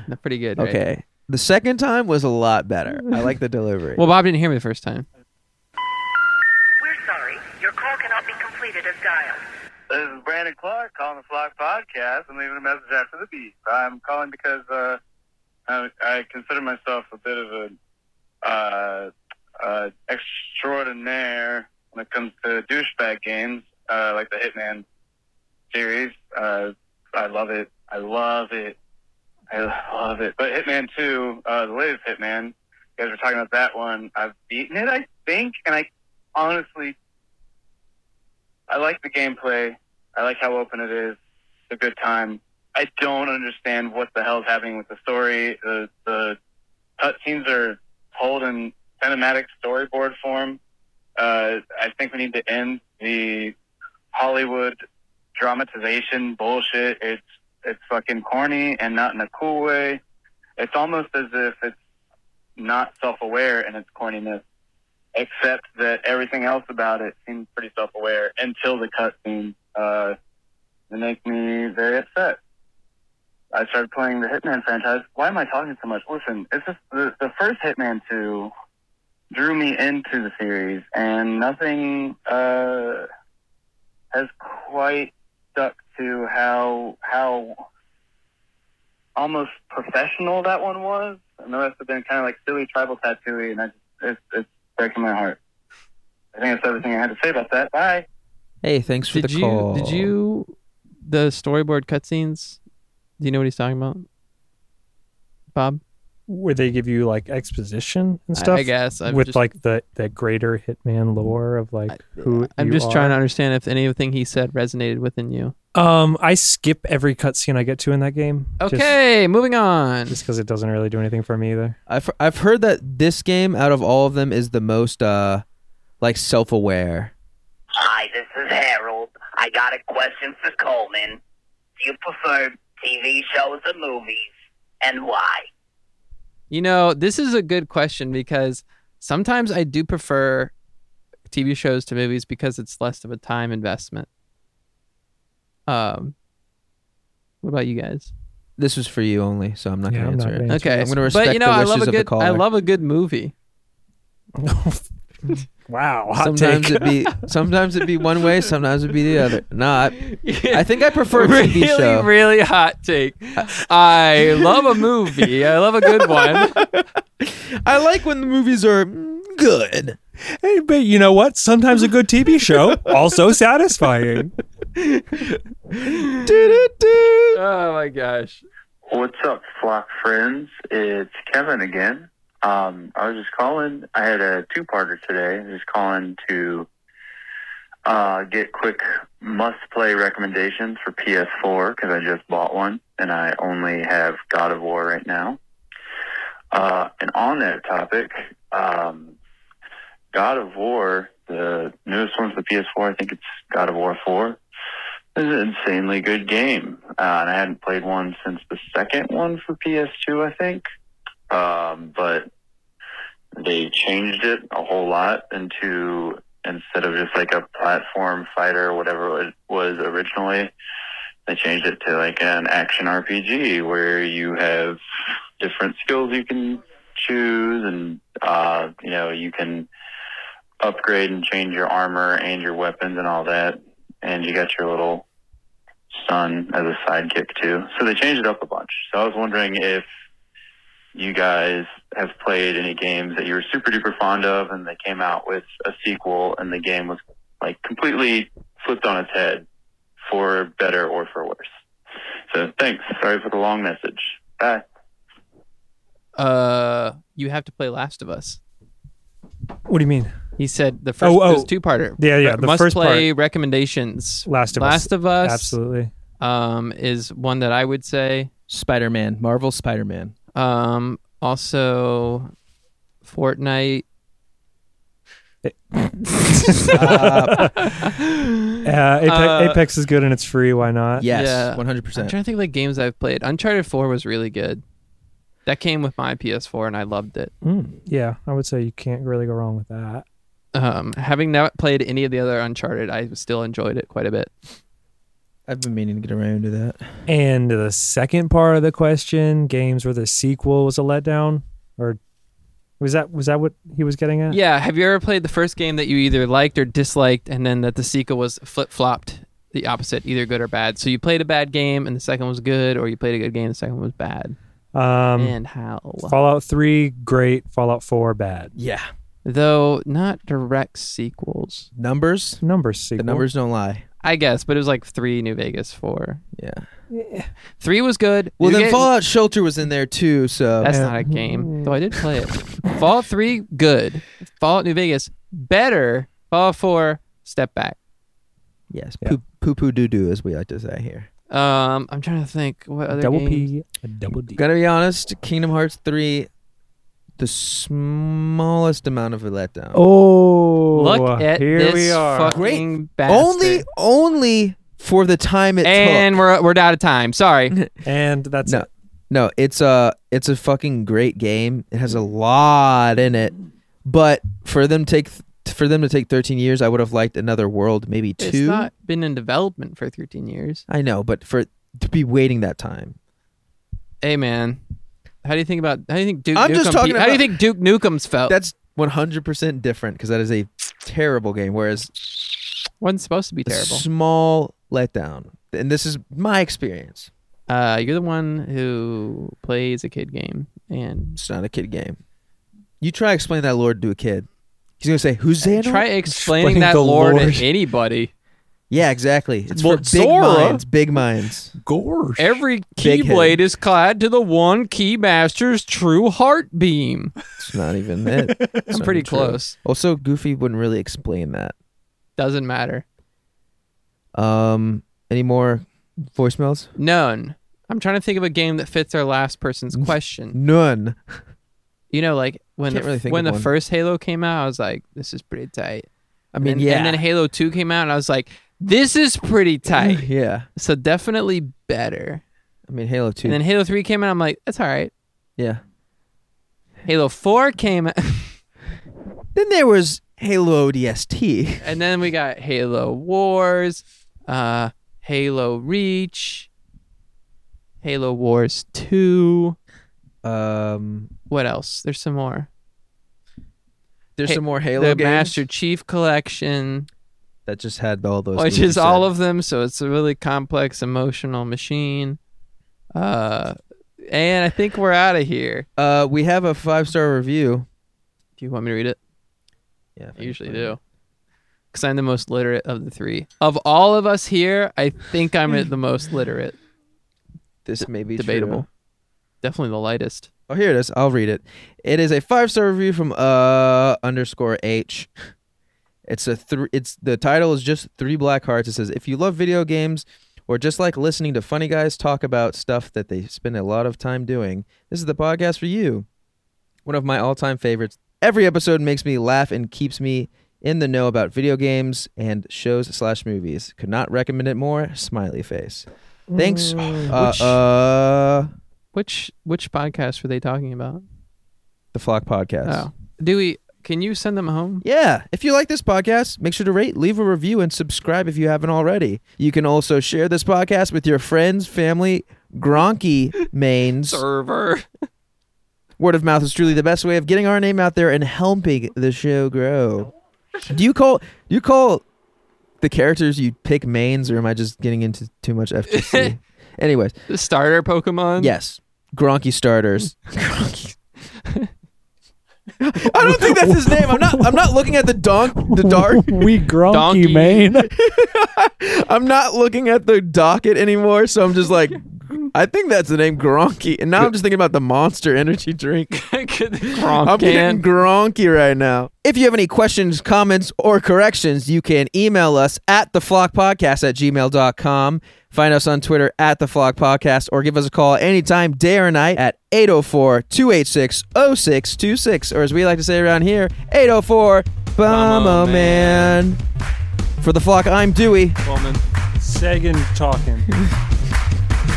Speaker 2: That's pretty good. right?
Speaker 1: Okay. The second time was a lot better. I like the delivery.
Speaker 2: Well, Bob didn't hear me the first time.
Speaker 5: We're sorry. Your call cannot be completed as dialed.
Speaker 6: This is Brandon Clark calling the Fly Podcast. I'm leaving a message after the beep. I'm calling because uh, I, I consider myself a bit of a uh, uh, extraordinaire when it comes to douchebag games, uh, like the Hitman series. Uh, I love it. I love it. I love it. But Hitman 2, uh, the latest Hitman, you guys were talking about that one. I've beaten it, I think, and I honestly, I like the gameplay. I like how open it is. It's a good time. I don't understand what the hell's happening with the story. The the cutscenes are told in cinematic storyboard form. Uh, I think we need to end the Hollywood dramatization bullshit. It's it's fucking corny and not in a cool way. It's almost as if it's not self-aware in its corniness, except that everything else about it seems pretty self-aware until the cutscene. Uh, they make me very upset. I started playing the Hitman franchise. Why am I talking so much? Listen, it's just the, the first Hitman 2 drew me into the series, and nothing uh, has quite stuck to how how almost professional that one was. And the rest have been kind of like silly tribal tattooy, and I just, it's, it's breaking my heart. I think that's everything I had to say about that. Bye.
Speaker 1: hey, thanks for
Speaker 2: Did
Speaker 1: the
Speaker 2: you?
Speaker 1: call.
Speaker 2: Did you? The storyboard cutscenes. Do you know what he's talking about, Bob?
Speaker 3: where they give you like exposition and
Speaker 2: I-
Speaker 3: stuff.
Speaker 2: I guess I'm
Speaker 3: with
Speaker 2: just,
Speaker 3: like the the greater Hitman lore of like who
Speaker 2: I'm
Speaker 3: you
Speaker 2: just trying to
Speaker 3: are.
Speaker 2: understand if anything he said resonated within you.
Speaker 3: Um, I skip every cutscene I get to in that game. just-
Speaker 2: Okay, moving on.
Speaker 3: just because it doesn't really do anything for me either.
Speaker 1: I've I've heard that this game out of all of them is the most uh like self-aware.
Speaker 5: Hi, this is Harold. I got a question for Coleman. Do you prefer TV shows or movies, and why?
Speaker 2: You know, this is a good question because sometimes I do prefer TV shows to movies because it's less of a time investment. Um, what about you guys?
Speaker 1: This was for you only, so I'm not
Speaker 3: Yeah,
Speaker 1: going to
Speaker 3: I'm not
Speaker 1: answer it.
Speaker 3: gonna
Speaker 2: Okay,
Speaker 1: I'm gonna
Speaker 2: but
Speaker 1: respect
Speaker 2: you know,
Speaker 1: the
Speaker 2: I
Speaker 1: wishes
Speaker 2: love
Speaker 1: of
Speaker 2: a
Speaker 1: the
Speaker 2: good, I
Speaker 1: caller.
Speaker 2: love a good movie.
Speaker 3: wow, hot
Speaker 1: sometimes
Speaker 3: take.
Speaker 1: it be sometimes it be one way, sometimes it be the other. No, I, I think I prefer a
Speaker 2: really,
Speaker 1: TV show.
Speaker 2: really hot take. I love a movie. I love a good one.
Speaker 1: I like when the movies are mm, good.
Speaker 3: hey, but you know what? Sometimes a good TV show also satisfying.
Speaker 1: Do-do-do.
Speaker 2: Oh my gosh.
Speaker 6: What's up, flock friends? It's Kevin again. Um, I was just calling. I had a two-parter today. Just calling to uh, get quick must play recommendations for PS4 because I just bought one and I only have God of War right now. Uh, and on that topic, um, God of War, the newest one for the PS4, I think it's God of War 4. This is an insanely good game. Uh, and I hadn't played one since the second one for PS2, I think. Um, but they changed it a whole lot into instead of just like a platform fighter or whatever it was originally, they changed it to like an action RPG where you have different skills you can choose and uh, you know you can upgrade and change your armor and your weapons and all that and you got your little son as a sidekick too so they changed it up a bunch so i was wondering if you guys have played any games that you were super duper fond of and they came out with a sequel and the game was like completely flipped on its head for better or for worse. So thanks. Sorry for the long message. Bye.
Speaker 2: Uh, you have to play Last of Us.
Speaker 3: What do you mean?
Speaker 2: He said the first
Speaker 3: Oh, oh.
Speaker 2: there's two parter.
Speaker 3: Yeah, yeah, the
Speaker 2: must
Speaker 3: first
Speaker 2: play recommendations.
Speaker 3: Last of Us.
Speaker 2: Last of Us
Speaker 3: Absolutely.
Speaker 2: um is one that I would say.
Speaker 1: Spider Man, Marvel Spider Man.
Speaker 2: Um also Fortnite.
Speaker 3: Uh, Apex,
Speaker 2: Uh,
Speaker 3: Apex is good and it's free. Why not?
Speaker 2: Yeah.
Speaker 1: yes, one hundred
Speaker 2: I'm
Speaker 1: percent.
Speaker 2: trying to think of like games I've played. Uncharted 4 was really good. That came with my PS4 and I loved it.
Speaker 3: Mm, yeah, I would say you can't really go wrong with that.
Speaker 2: Um, having not played any of the other Uncharted, I still enjoyed it quite a bit.
Speaker 1: I've been meaning to get around to that.
Speaker 3: And the second part of the question, games where the sequel was a letdown, or was that was that what he was getting at?
Speaker 2: Yeah, have you ever played the first game that you either liked or disliked, and then that the sequel was flip flopped, the opposite, either good or bad? So you played a bad game and the second was good, or you played a good game and the second was bad.
Speaker 3: Um,
Speaker 1: Mm.
Speaker 2: and how?
Speaker 3: Fallout Three, great. Fallout Four, bad.
Speaker 1: Yeah,
Speaker 2: Though not direct sequels,
Speaker 1: numbers.
Speaker 3: Numbers sequel.
Speaker 1: The numbers don't lie.
Speaker 2: I guess, but it was like three New Vegas, four.
Speaker 1: Yeah.
Speaker 2: Three was good.
Speaker 1: Well,
Speaker 2: New
Speaker 1: then
Speaker 2: Ga-
Speaker 1: Fallout Shelter was in there too. So
Speaker 2: That's
Speaker 3: Yeah.
Speaker 2: not a game, though I did play it. Fallout 3, good. Fallout New Vegas, better. Fallout 4, step back.
Speaker 1: yes,
Speaker 3: Yeah.
Speaker 1: poo poo poo doo doo, as we like to say here.
Speaker 2: Um, I'm trying to think what other
Speaker 3: double
Speaker 2: games.
Speaker 3: P, a double D.
Speaker 1: Gotta be honest, Kingdom Hearts three, the smallest amount of a letdown.
Speaker 3: Oh,
Speaker 2: Look at
Speaker 3: here
Speaker 2: this
Speaker 3: we are.
Speaker 2: fucking bastard.
Speaker 1: only, only for the time it
Speaker 2: and
Speaker 1: took.
Speaker 2: we're we're out of time. Sorry.
Speaker 3: and that's
Speaker 1: No.
Speaker 3: it.
Speaker 1: No, it's a it's a fucking great game. It has a lot in it, but for them take for them to take thirteen years, I would have liked another world, maybe two.
Speaker 2: It's not been in development for 13 years.
Speaker 1: I know, but for to be waiting that time,
Speaker 2: Hey man, how do you think about how do you think Duke?
Speaker 1: I'm just
Speaker 2: Nukem
Speaker 1: talking
Speaker 2: pe- How do you
Speaker 1: about-
Speaker 2: think Duke Nukem's felt? That
Speaker 1: that's one hundred percent different because that is a terrible game. Whereas
Speaker 2: wasn't supposed to be
Speaker 1: a
Speaker 2: terrible.
Speaker 1: small letdown, and this is my experience.
Speaker 2: Uh, you're the one who plays a kid game, and
Speaker 1: It's not a kid game. You try to explain that lord to a kid. He's gonna say, "Who's Xehanort?"
Speaker 2: try explaining
Speaker 3: explain
Speaker 2: that
Speaker 3: the
Speaker 2: lore
Speaker 3: lore.
Speaker 2: to anybody.
Speaker 1: yeah, exactly. It's
Speaker 2: Lord
Speaker 1: for big
Speaker 2: Zora.
Speaker 1: minds. Big minds.
Speaker 3: Gorge.
Speaker 2: Every
Speaker 1: Big head.
Speaker 2: keyblade is clad to the one keymaster's true heartbeam.
Speaker 1: It's not even it. It's
Speaker 2: I'm
Speaker 1: not
Speaker 2: pretty
Speaker 1: even true.
Speaker 2: close.
Speaker 1: Also, Goofy wouldn't really explain that.
Speaker 2: Doesn't matter.
Speaker 1: Um, any more voicemails?
Speaker 2: None. I'm trying to think of a game that fits our last person's question.
Speaker 1: None.
Speaker 2: You know, like when the,
Speaker 1: Can't really think
Speaker 2: when
Speaker 1: of
Speaker 2: the
Speaker 1: one.
Speaker 2: first Halo came out, I was like, "This is pretty tight."
Speaker 1: I mean,
Speaker 2: and,
Speaker 1: yeah,
Speaker 2: And then Halo Two came out, and I was like, "This is pretty tight."
Speaker 1: yeah.
Speaker 2: so definitely better.
Speaker 1: I mean, Halo Two.
Speaker 2: And then Halo Three came out, I'm like, "That's all right."
Speaker 1: yeah.
Speaker 2: Halo Four came, out,
Speaker 1: Then there was Halo ODST.
Speaker 2: and then we got Halo Wars, uh, Halo Reach, Halo Wars Two.
Speaker 1: Um,
Speaker 2: What else? There's some more.
Speaker 1: there's
Speaker 2: Hey,
Speaker 1: some more Halo
Speaker 2: the
Speaker 1: games
Speaker 2: Master Chief Collection.
Speaker 1: that just had all those,
Speaker 2: which
Speaker 1: games
Speaker 2: is
Speaker 1: you
Speaker 2: all
Speaker 1: said.
Speaker 2: of them. So it's a really complex emotional machine. Uh, and I think we're out of here.
Speaker 1: Uh, we have a five star review.
Speaker 2: Do you want me to read it?
Speaker 1: Yeah,
Speaker 2: I usually do. Because I'm the most literate of the three. Of all of us here, I think I'm the most literate.
Speaker 1: This may be
Speaker 2: Debatable.
Speaker 1: true.
Speaker 2: Definitely the lightest.
Speaker 1: Oh, here it is. I'll read it. It is a five star review from uh underscore H. It's a three. It's the title is just three black hearts. It says if you love video games or just like listening to funny guys talk about stuff that they spend a lot of time doing, this is the podcast for you. One of my all-time favorites. Every episode makes me laugh and keeps me in the know about video games and shows slash movies. Could not recommend it more. Smiley face. Thanks. uh,
Speaker 2: Mm. Which-
Speaker 1: uh,
Speaker 2: Which which podcast were they talking about?
Speaker 1: the Flock Podcast.
Speaker 2: Oh, Dewey, can you send them home?
Speaker 1: Yeah. If you like this podcast, make sure to rate, leave a review, and subscribe if you haven't already. You can also share this podcast with your friends, family, gronky mains.
Speaker 2: Server.
Speaker 1: Word of mouth is truly the best way of getting our name out there and helping the show grow. Do you call do you call the characters you pick mains, or am I just getting into too much FTC? Anyways,
Speaker 2: The starter Pokemon.
Speaker 1: yes, gronky starters. Gronky. I don't think that's his name. I'm not. I'm not looking at the donk, the dark.
Speaker 3: we
Speaker 2: Donkey.
Speaker 3: gronky main.
Speaker 1: I'm not looking at the docket anymore, so I'm just like, I think that's the name Gronky. And now I'm just thinking about the Monster Energy drink. I'm getting
Speaker 2: Gronkan.
Speaker 1: Gronky right now. If you have any questions, comments, or corrections, you can email us at theflockpodcast at gmail.com. Find us on Twitter at the Flock Podcast or give us a call anytime, day or night, at 804 286 0626. Or as we like to say around here, 804 Bummo Man. For the Flock, I'm Dewey.
Speaker 2: Woman.
Speaker 3: Sagan talking.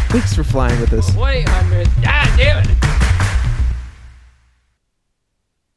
Speaker 1: Thanks for flying with us.
Speaker 2: Wait, I'm. God damn it.